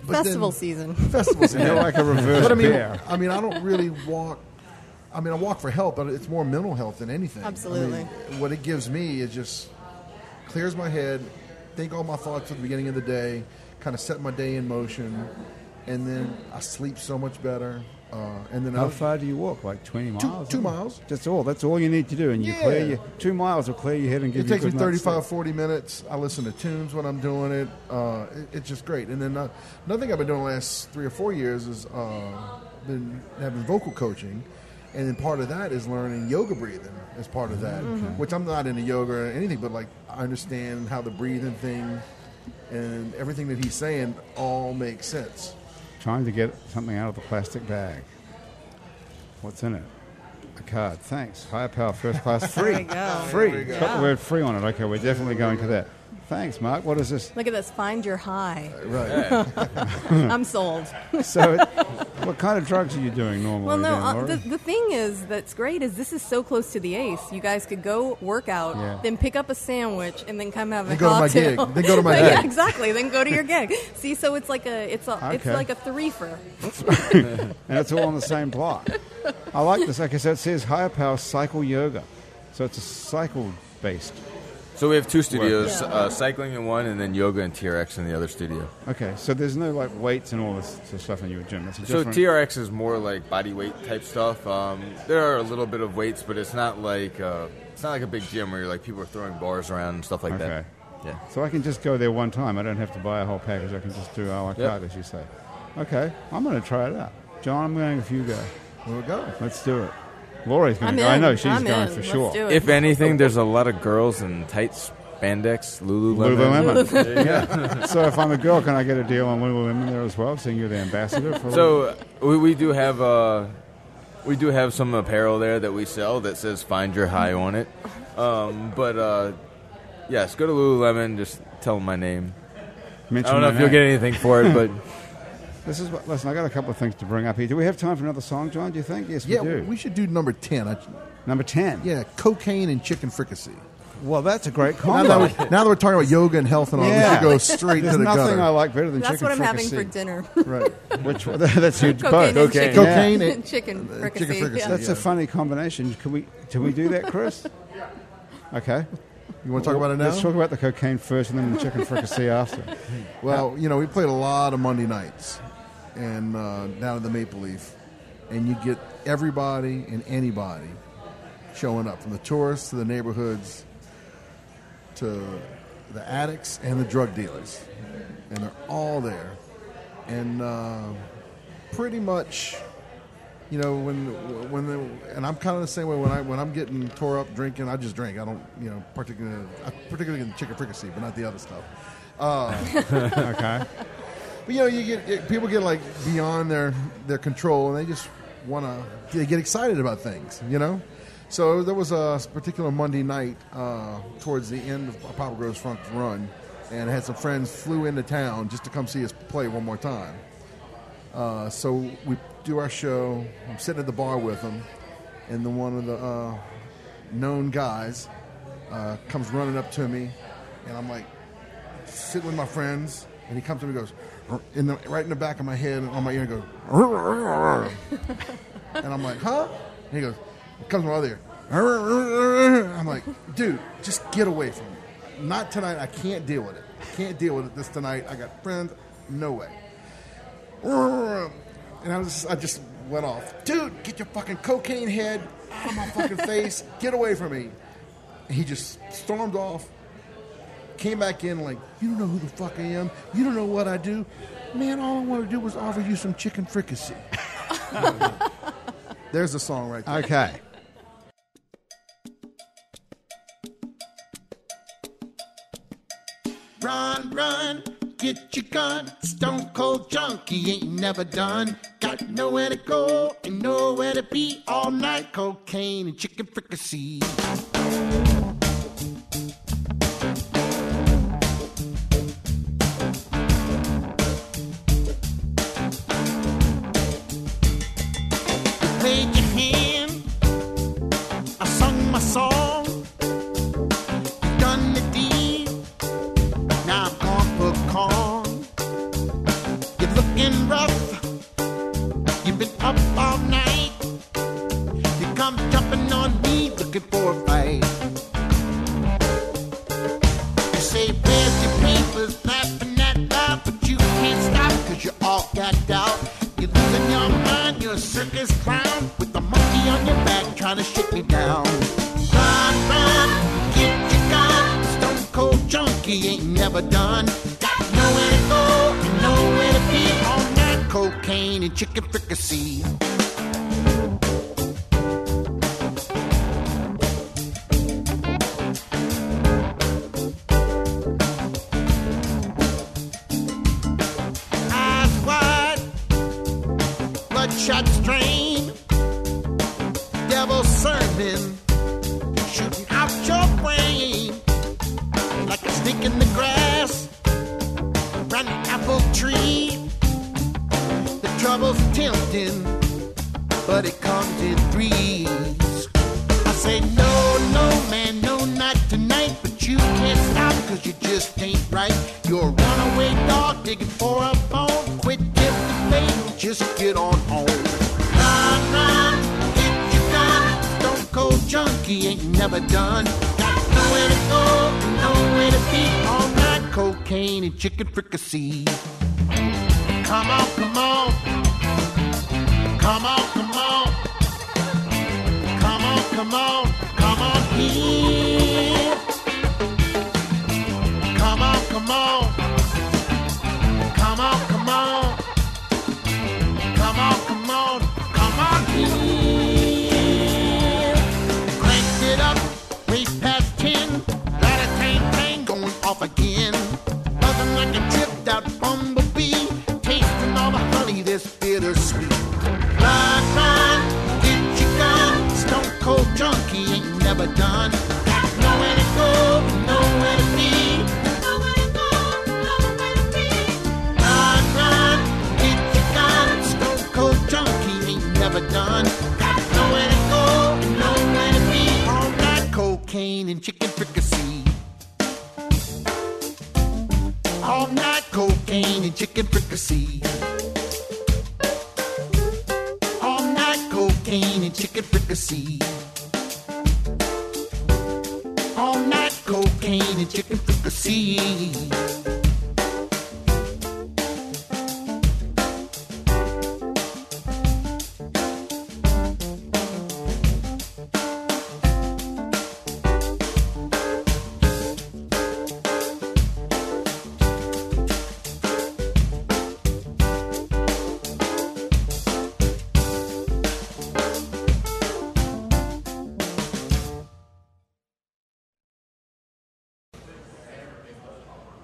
But
Festival
then,
season.
festival season.
You're like a reverse
But I mean,
bear.
I mean, I don't really walk. I mean, I walk for health, but it's more mental health than anything. I mean,
Absolutely.
what it gives me is just clears my head, think all my thoughts at the beginning of the day, kind of set my day in motion, and then I sleep so much better. Uh, and then
How
I,
far do you walk? Like 20
Two-
miles?
two
isn't it?
miles.
That's all. That's all you need to do. And you
Yeah.
clear your, two miles will clear your head and give
it
you a
takes me
good night's
35
sleep.
40 minutes i listen to tunes when i'm doing it, uh, it it's just great and then uh, another thing i've been doing the last three or four years is uh, been having vocal coaching and then part of that is learning yoga breathing as part of that
Mm-hmm.
which i'm not into yoga or anything but like i understand how the breathing thing and everything that he's saying all makes sense
Trying to get something out of the plastic bag. What's in it? A card. Thanks. Higher power, first class, free.
we go.
Free.
There we go.
Got the word free on it. Okay, we're definitely going to that. Thanks, Mark. What is this?
Look at this. Find your high.
right
I'm sold.
So, it, what kind of drugs are you doing normally?
Well, no.
then,
Uh,
Laura?
the, the thing is that's great is this is so close to the Ace. You guys could go work out,
Yeah.
then pick up a sandwich, and then come have
Then
a
go to my
cocktail.
gig. Then go to my
Yeah,
gig.
exactly. Then go to your gig. See, so it's like a it's a it's
Okay.
like a threefer.
and it's all on the same block. I like this. Okay, so it says higher power cycle yoga. So it's a cycle based.
So we have two studios,
Yeah.
uh, cycling in one, and then yoga and TRX in the other studio.
Okay, so there's no like weights and all this sort of stuff in your gym. It's a
So
different-
TRX is more like body weight type stuff. Um, there are a little bit of weights, but it's not like uh, it's not like a big gym where you're like people are throwing bars around and stuff like
Okay.
that. Yeah.
So I can just go there one time. I don't have to buy a whole package. I can just do a la
Yep.
carte, as you say. Okay, I'm going to try it out. John, I'm going if you go.
there we go
Let's do it. Laurie's going
I'm
to
in.
go. I know she's
I'm
going
in.
for
Let's
sure.
Do it.
If anything, there's a lot of girls in tight spandex, Lululemon.
Lululemon. yeah. So if I'm a girl, can I get a deal on Lululemon there as well? Seeing you're the ambassador for
So uh, we, we do have uh, we do have some apparel there that we sell that says "Find Your High" on it. Um, but uh, yes, go to Lululemon. Just tell them my name. I
Mention
don't know
my
if you'll
name.
get anything for it, but
This is what. Listen, I got a couple of things to bring up here. Do we have time for another song, John? Do you think? Yes,
yeah
we do.
we should do number 10 I,
Number ten.
yeah cocaine and chicken fricassee
Well, that's a great
now,
combo.
that we, now that we're talking about yoga and health and all,
Yeah.
we should go straight
There's
to the
nothing
gutter.
I like better than
That's
chicken
what I'm having
fricassee.
for dinner.
Right. Which one? That's huge.
Cocaine
both.
and Cocaine. chicken.
Yeah.
Cocaine and
Chicken
uh,
fricassee,
Chicken fricassee.
yeah.
That's
yeah.
a funny combination. Can we? Can we do that, Chris? Okay.
You want to talk about it now?
Let's talk about the cocaine first, and then the chicken fricassee after.
Well, you know, we played a lot of Monday nights, and uh, down at the Maple Leaf, and you get everybody and anybody showing up, from the tourists to the neighborhoods, to the addicts and the drug dealers, and they're all there, and uh, pretty much. You know when when the, and I'm kind of the same way when I when I'm getting tore up drinking I just drink I don't you know particularly I particularly in chicken fricassee but not the other stuff
Okay.
but you know, you get it, people get like beyond their their control, and they just want to they get excited about things, you know. So there was a particular Monday night uh, towards the end of Papa Grove's front run, and I had some friends flew into town just to come see us play one more time. Uh, so we do our show. I'm sitting at the bar with them, and then one of the uh, known guys uh, comes running up to me, and I'm like, sitting with my friends, and he comes to me and goes, "R-" in the, right in the back of my head, on my ear, and goes, "R-r-r-r-r." and I'm like, huh? And he goes, it comes to my other ear, "R-r-r-r-r." I'm like, dude, just get away from me. Not tonight. I can't deal with it. Can't deal with it this tonight. I got friends. No way. "R-r-r-r-r." And I was, I just went off, dude. Get your fucking cocaine head out of my fucking face. Get away from me. And he just stormed off came back in like, you don't know who the fuck I am. You don't know what I do. Man, all I want to do was offer you some chicken fricassee. There's the song right there.
Okay.
Run, run, get your gun. Stone cold junkie ain't never done. Got nowhere to go and nowhere to be all night. Cocaine and chicken fricassee. played your hand. I sung my song, done the deed. Now I'm on for corn. You're looking rough. You've been up all night. You come jumping on me looking for a fight. You say, where's your papers? Laughing at love, but you can't stop because you all got out. You're losing your mind, you're a circus clown with a monkey on your back trying to shake me down. Run, run, get your gun. Stone cold junkie ain't never done. Got nowhere to go and nowhere to be. All night cocaine and chicken fricassee. eyes wide, bloodshot strain, devil sermon, shooting out your brain like a snake in the grass, around an apple tree. The trouble's tempting, but it comes in threes. I say, no, no, man, no, not tonight. But you can't stop because you just ain't right. You're a runaway dog digging for a bone. Quit giving faith, just get on home. Run, run, get your gun. Stone cold junkie ain't never done. Got nowhere to go, nowhere to be. All night cocaine and chicken fricassee. Come on, come on. Come on, come on. Come on, come on, come on here. Come on, come on. Come on, come on. Come on, come on, come on here. Cranked it up, way past ten. Got a tang tang going off again. Buzzing like a tripped out bumblebee. Tasting all the honey that's bittersweet. Run, run, get your gun. Stone cold junkie ain't never done. Got nowhere to go, nowhere to be. Run, run, get your gun. Stone cold junkie ain't never done. Got nowhere to go, nowhere to be. All night cocaine and chicken fricassee. All night cocaine and chicken fricassee. All night cocaine and chicken fricassee. All night cocaine and chicken fricassee.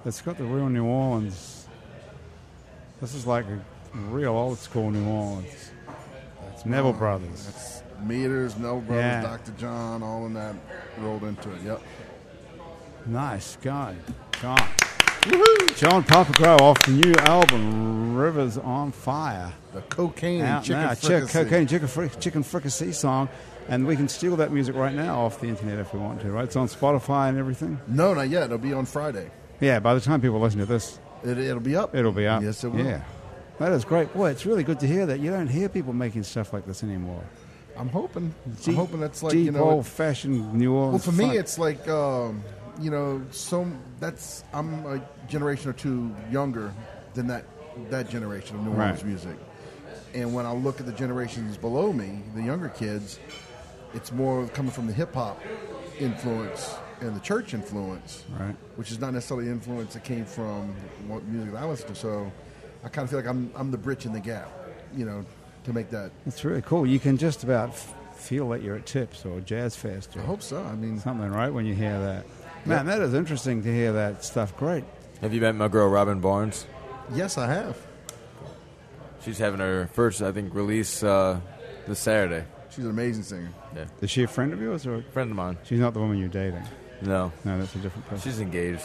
It's got the real New Orleans. This is like a real old school New Orleans. It's Neville Brothers.
That's Meters, Neville Brothers,
Yeah.
Dr. John, all in that rolled into it. Yep.
Nice guy. John. John Papagrow off the new album Rivers on Fire.
The cocaine and
Out
chicken
now. Check
fricassee.
cocaine chicken, fric- chicken fricassee song, and we can steal that music right now off the internet if we want to. Right? It's on Spotify and everything.
No, not yet. It'll be on Friday.
Yeah. By the time people listen to this,
It, it'll be up.
it'll be up.
Yes, it will.
Yeah. That is great. Boy, it's really good to hear that. You don't hear people making stuff like this anymore.
I'm hoping. I'm
Deep-
hoping that's like
deep,
you know. it-
old-fashioned New Orleans.
Well, for me,
funk.
it's like um, you know, so that's I'm a generation or two younger than that that generation of New
Right.
Orleans music. And when I look at the generations below me, the younger kids, it's more coming from the hip hop influence and the church influence,
Right.
Which is not necessarily the influence that came from what music that I listen to. So I kind of feel like I'm I'm the bridge in the gap, you know, to make that.
It's really cool. You can just about f- feel that you're at Tips or Jazz Fest
I
or
hope so. I mean,
something, right? When you hear that, man, that is interesting to hear that stuff. Great.
Have you met my girl Robin Barnes?
yes, I have.
She's having her first, I think, release uh, this Saturday.
She's an amazing singer.
Is she a friend of yours or
Friend of mine.
she's not the woman you're dating?
No,
No, that's a different person.
she's engaged.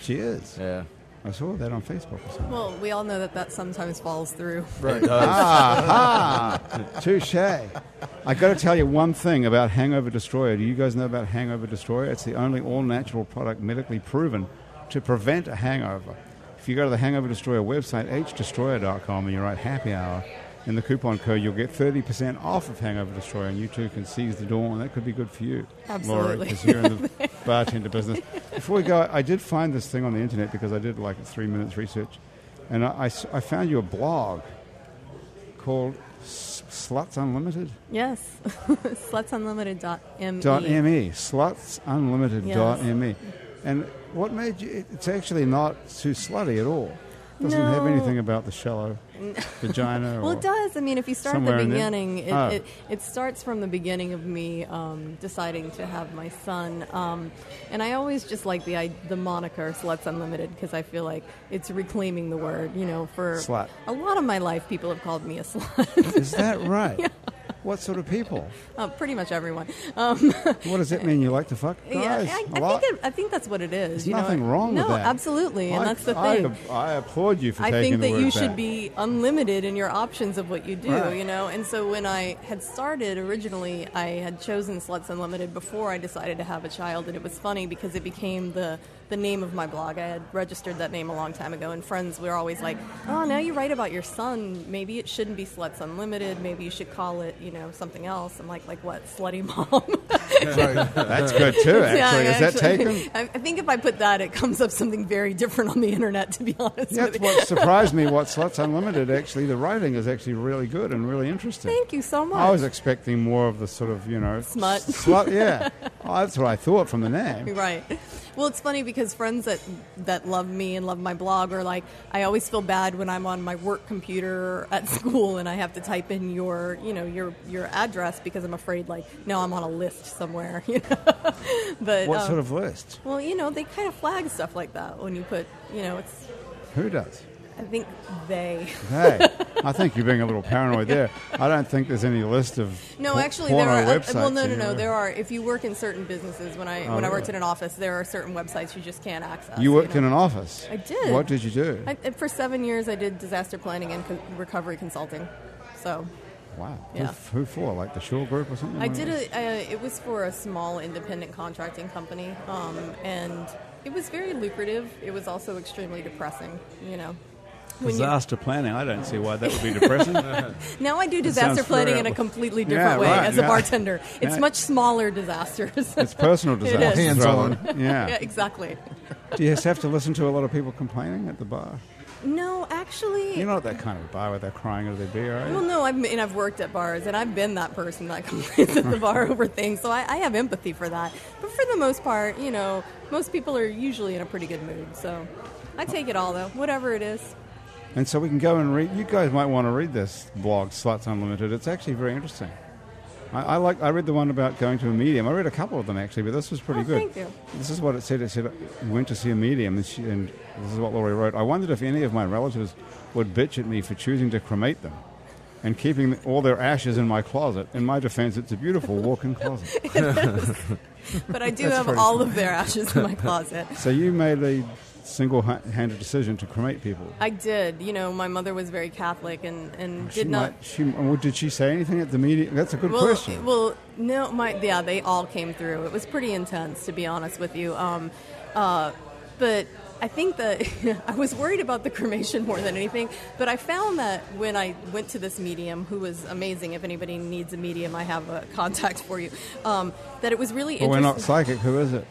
She is.
Yeah,
I saw that on Facebook or something.
Well, we all know that that sometimes falls through.
Right. It does.
Ah, ha. touche. I got to tell you one thing about Hangover Destroyer. Do you guys know about Hangover Destroyer? It's the only all-natural product medically proven to prevent a hangover. If you go to the Hangover Destroyer website, hdestroyer.com, and you write happy hour in the coupon code, you'll get 30% off of Hangover Destroyer, and you too can seize the dawn. That could be good for you, Laura,
Absolutely.
because you're in the bartender business. Before we go, I did find this thing on the internet because I did like three minutes research, and I, I s- I found you a blog called S- Sluts Unlimited
Yes. Slutsunlimited.me.
dot E. me sluts unlimited
Mm-hmm. Yes.
dot me, and what made you? it- It's actually not too slutty at all. Doesn't have
No.
anything about the shallow vagina.
Well,
or-
it does. I mean, if you start
Somewhere
at
in
the
there?
beginning, it,
Oh.
it, it starts from the beginning of me um, deciding to have my son. Um, and I always just like the I, the moniker Sluts Unlimited because I feel like it's reclaiming the word. You know, for
Slut.
a lot of my life, people have called me a slut.
Is that right? What sort of people?
uh, pretty much everyone. Um,
What does it mean? You like to fuck
yeah,
guys?
I,
a
I
lot?
think it, I think that's what it is.
There's
you know.
nothing wrong
no,
with that.
absolutely, and
I-
that's the
I-
thing.
I, applaud you for
I
taking
think
the
that
word
you should
back.
be unlimited in your options of what you do,
Right.
you know. And so when I had started originally, I had chosen Sluts Unlimited before I decided to have a child, and it was funny because it became the the name of my blog. I had registered that name a long time ago, and friends were always like, "Oh, now you write about your son. Maybe it shouldn't be Sluts Unlimited. Maybe you should call it, you know, something else." I'm like, "Like what? Slutty Mom."
That's good too. Actually,
Yeah,
is that
actually.
taken?
I, I think if I put that, it comes up something very different on the internet. To be honest, with
That's
you.
what surprised me. What Sluts Unlimited actually, the writing is actually really good and really interesting.
Thank you so much.
I was expecting more of the sort of you know
Smut.
s- slut. Yeah, oh, that's what I thought from the name.
Right. Well, it's funny because friends that that love me and love my blog are like, I always feel bad when I'm on my work computer at school and I have to type in your, you know, your your address because I'm afraid like, no, I'm on a list somewhere. You know, but
What
um,
sort of list?
well, you know, they kind of flag stuff like that when you put, you know, it's.
Who does?
I think they.
Hey, I think you're being a little paranoid there. I don't think there's any list of
No,
por-
actually, there
porno
are. uh,
websites
well, no, no, no.
anywhere.
There are. If you work in certain businesses, when I when I
Oh, really?
worked in an office, there are certain websites you just can't access.
You worked
know?
in an office.
I did.
What did you do?
I, and for seven years, I did disaster planning and co- recovery consulting. So
wow.
Yeah.
Who, who for? Like the Shore Group or something?
I
What
did
was-
a, uh, it was for a small independent contracting company, um, and it was very lucrative. It was also extremely depressing, you know. When you-
Disaster planning. I don't see why that would be depressing.
now I do
sounds
disaster planning in a
terrible.
completely
Yeah,
different way
right,
as
yeah.
a bartender. It's
Yeah.
much smaller disasters.
it's personal
is.
disaster.
Hands on.
Yeah.
yeah, exactly.
Do you have to listen to a lot of people complaining at the bar?
No, actually,
You're not that kind of bar where they're crying over their beer, are you?
Well, no, I've, and I've worked at bars, and I've been that person that complains at the bar over things, so I, I have empathy for that. But for the most part, you know, most people are usually in a pretty good mood, so I take it all, though, whatever it is.
And so we can go and read. You guys might want to read this blog, Sluts Unlimited. It's actually very interesting. I, I like. I read the one about going to a medium. I read a couple of them actually, but this was pretty
Oh,
good.
thank you.
This is what it said. It said we went to see a medium, and, she, and this is what Laurie wrote. I wondered if any of my relatives would bitch at me for choosing to cremate them. And keeping all their ashes in my closet. In my defense, it's a beautiful walk-in closet.
But I do have all of their ashes in my closet.
So you made a single-handed decision to cremate people.
I did, you know, my mother was very Catholic and, and
Oh, She
did not.
might- she, well, did she say anything at the meeting? That's a good
Well,
question.
well, no, my yeah, they all came through. It was pretty intense, to be honest with you. Um, uh, but I think that I was worried about the cremation more than anything. But I found that when I went to this medium, who was amazing. If anybody needs a medium, I have a contact for you. Um, that it was really
Well, we're not
interesting.
psychic. Who is it?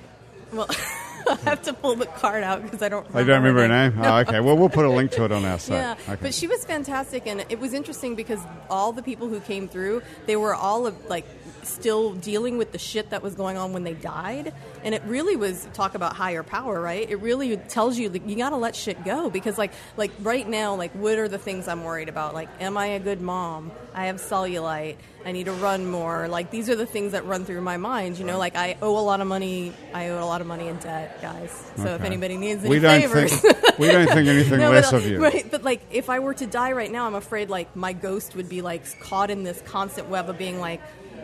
Well, I have to pull the card out because I don't.
I don't remember her
her
name. Oh, okay. Well, we'll put a link to it on our site.
Yeah,
Okay.
but she was fantastic, and it was interesting because all the people who came through, they were all of, like still dealing with the shit that was going on when they died, and it really was talk about higher power, right? It really tells you that you got to let shit go because, like, like right now, like what are the things I'm worried about? Like, am I a good mom? I have cellulite. I need to run more. Like these are the things that run through my mind. You know, like I owe a lot of money. I owe a lot of money in debt, guys. So if
Okay.
anybody needs any
we don't
favors.
think we don't think anything
No,
less
but, uh,
of you.
Right, but like if I were to die right now, I'm afraid like my ghost would be like caught in this constant web of being like,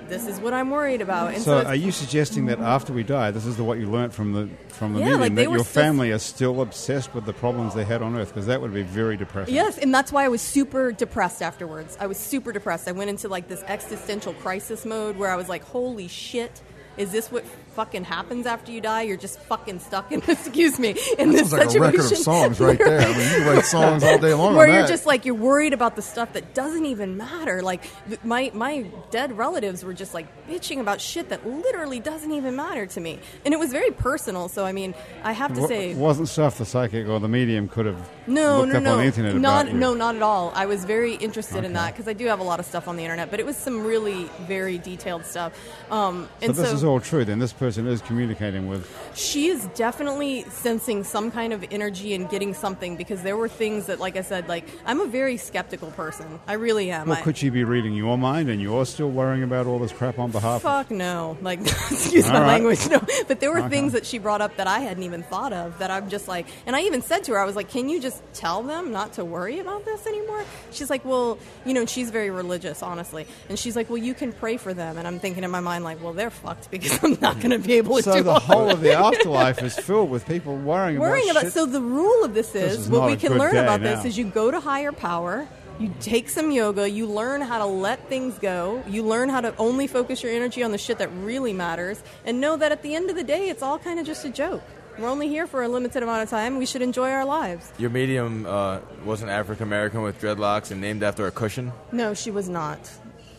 this is what I'm worried about. And so,
So,
it's-
are you suggesting that after we die, this is the, what you learned from the from the
Yeah,
meeting
like, they
that
were
your
still-
family is still obsessed with the problems they had on Earth? Because that would be very depressing.
Yes, and that's why I was super depressed afterwards. I was super depressed. I went into like this existential crisis mode where I was like, "Holy shit, is this what fucking happens after you die? You're just fucking stuck in this. Excuse me, in this
Sounds like a
situation."
record of songs right there. I mean, you can write songs all day long.
where
on
you're
that.
just like you're worried about the stuff that doesn't even matter. Like th- my my dead relatives were just like bitching about shit that literally doesn't even matter to me, and it was very personal. So I mean, I have to
Wa-
say,
wasn't stuff the psychic or the medium could have
no,
looked
no,
up
no,
on the internet
not
about you.
no, not at all. I was very interested in
Okay.
that because I do have a lot of stuff on the internet, but it was some really very detailed stuff. Um,
So
and
this is all true. Then this person is communicating with.
she is definitely sensing some kind of energy and getting something because there were things that, like I said, like I'm a very skeptical person. I really am.
Well,
I-
could she be reading your mind, and you're still worrying about all this crap on behalf? of...
Fuck no. Like, excuse
All
my
right.
language. No. But there were
Okay.
things that she brought up that I hadn't even thought of that I'm just like, and I even said to her, I was like, can you just tell them not to worry about this anymore? She's like, well, you know, and she's very religious, honestly. And she's like, well, you can pray for them. And I'm thinking in my mind, like, well, they're fucked because I'm not going to be able to
So
do
the
all
whole of the afterlife is filled with people worrying,
worrying
about,
about.
shit.
So the rule of this is,
This is
what
not
we
a
can
good
learn
day
about
now.
this is you go to higher power, you take some yoga, you learn how to let things go, you learn how to only focus your energy on the shit that really matters, and know that at the end of the day, it's all kind of just a joke. We're only here for a limited amount of time. We should enjoy our lives.
Your medium uh, was an African American with dreadlocks and named after a cushion.
No, she was not.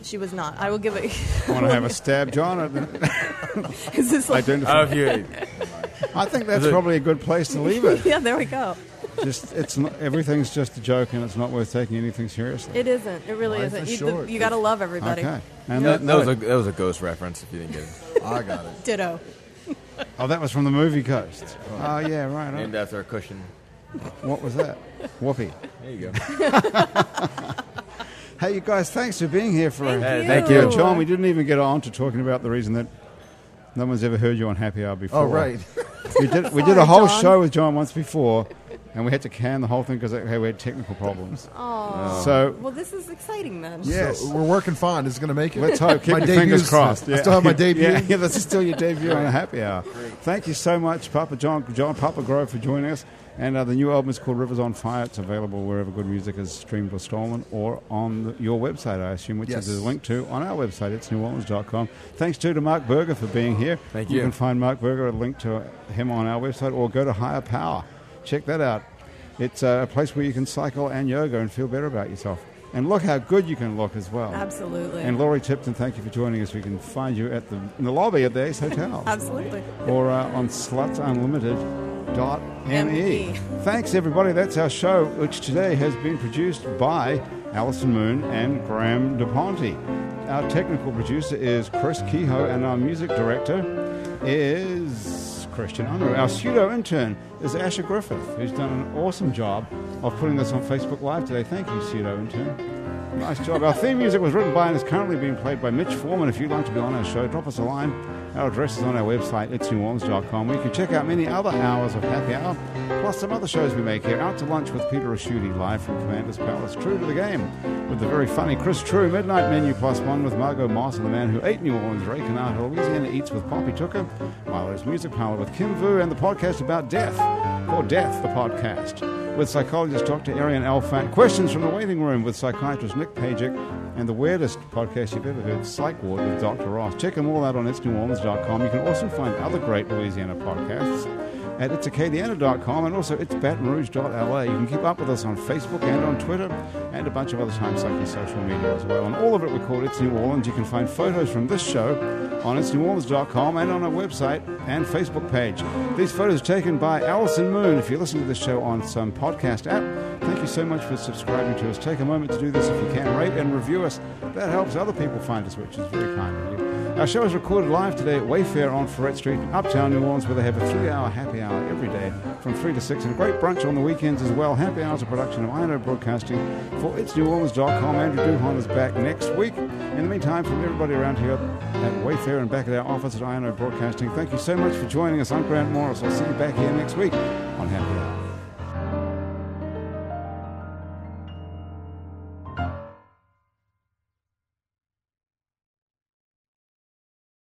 She was not. I will give it.
want to have a stab, John? at the-
is this like?
I don't know if you
I think that's
Is it-
probably a good place to leave it.
Yeah, there we go.
just it's not, everything's just a joke, and it's not worth taking anything seriously.
It isn't. It really
Life
isn't.
is
you
short.
you got to love everybody.
Okay, and
that,
that,
that was a
note-
that was a ghost reference. If you didn't get it,
I got it.
Ditto.
oh, that was from the movie Ghost. Oh yeah, right.
named
right.
after a cushion.
What was that? Whoopee.
There you go.
Hey, you guys, thanks for being here for.
Thank
a,
Hey,
you.
thank
Yeah,
you.
John, we didn't even get on to talking about the reason that no one's ever heard you on Happy Hour before.
Oh, right.
We did we did a
Sorry,
whole
John.
show with John once before, and we had to can the whole thing because we had technical problems.
Aw.
So
Well, this is exciting then.
Yes.
So we're working fine. It's going to make it.
Let's hope. Keep
my
your
debut's-
fingers crossed.
I still have my debut.
Yeah, yeah, this is still your debut on a happy hour. Thank you so much, Papa John, John Papa Grove, for joining us. And uh, the new album is called Rivers on Fire. It's available wherever good music is streamed or stolen, or on the, your website, I assume, which
Yes.
is a link to on our website. It's neworleans.com. Thanks too to Mark Berger for being here.
Thank
You
you.
can find Mark Berger a link to him on our website, or go to Higher Power. Check that out. It's uh, a place where you can cycle and yoga and feel better about yourself. And look how good you can look as well.
Absolutely.
And Laurie Tipton, thank you for joining us. We can find you at the in the lobby of the Ace Hotel
Absolutely.
or uh, on slutsunlimited.me.
ME.
E. Thanks, everybody. That's our show, which today has been produced by Alison Moon and Graham DePonte. Our technical producer is Chris Kehoe, and our music director is Christian Unruh. Our pseudo intern is Asher Griffith, who's done an awesome job of putting this on Facebook Live today. Thank you, pseudo intern. Nice job. Our theme music was written by and is currently being played by Mitch Foreman. If you'd like to be on our show, drop us a line. Our address is on our website, itsneworleans.com, where you can check out many other hours of Happy Hour, plus some other shows we make here. Out to Lunch with Peter Asciuti, live from Commander's Palace. True to the Game, with the very funny Chris True. Midnight Menu Plus One with Margot Moss and the man who ate New Orleans, Ray Canada, Louisiana Eats with Poppy Tooker. Milo's Music Parlor with Kim Vu, and the podcast about death for Death, the podcast, with psychologist Dr. Arian Alfant. Questions from the Waiting Room with psychiatrist Nick Pajic, and the weirdest podcast you've ever heard, Psych Ward with Dr. Ross. Check them all out on itsneworleans.com. You can also find other great Louisiana podcasts at itsacadiana.com and also itsbatonrouge.la. You can keep up with us on Facebook and on Twitter and a bunch of other times like your social media as well. And all of it we call It's New Orleans. You can find photos from this show on itsneworleans.com and on our website and Facebook page. These photos are taken by Alison Moon. If you listen to this show on some podcast app, thank you so much for subscribing to us. Take a moment to do this if you can. Rate and review us. That helps other people find us, which is very kind of you. Our show is recorded live today at Wayfair on Ferret Street in Uptown New Orleans, where they have a three hour happy hour every day from 3 to 6 and a great brunch on the weekends as well. Happy Hour is a production of INO Broadcasting for itsneworleans.com. Andrew Duhon is back next week. In the meantime, from everybody around here at Wayfair and back at our office at INO Broadcasting, thank you so much for joining us. I'm Grant Morris. I'll see you back here next week on Happy Hour.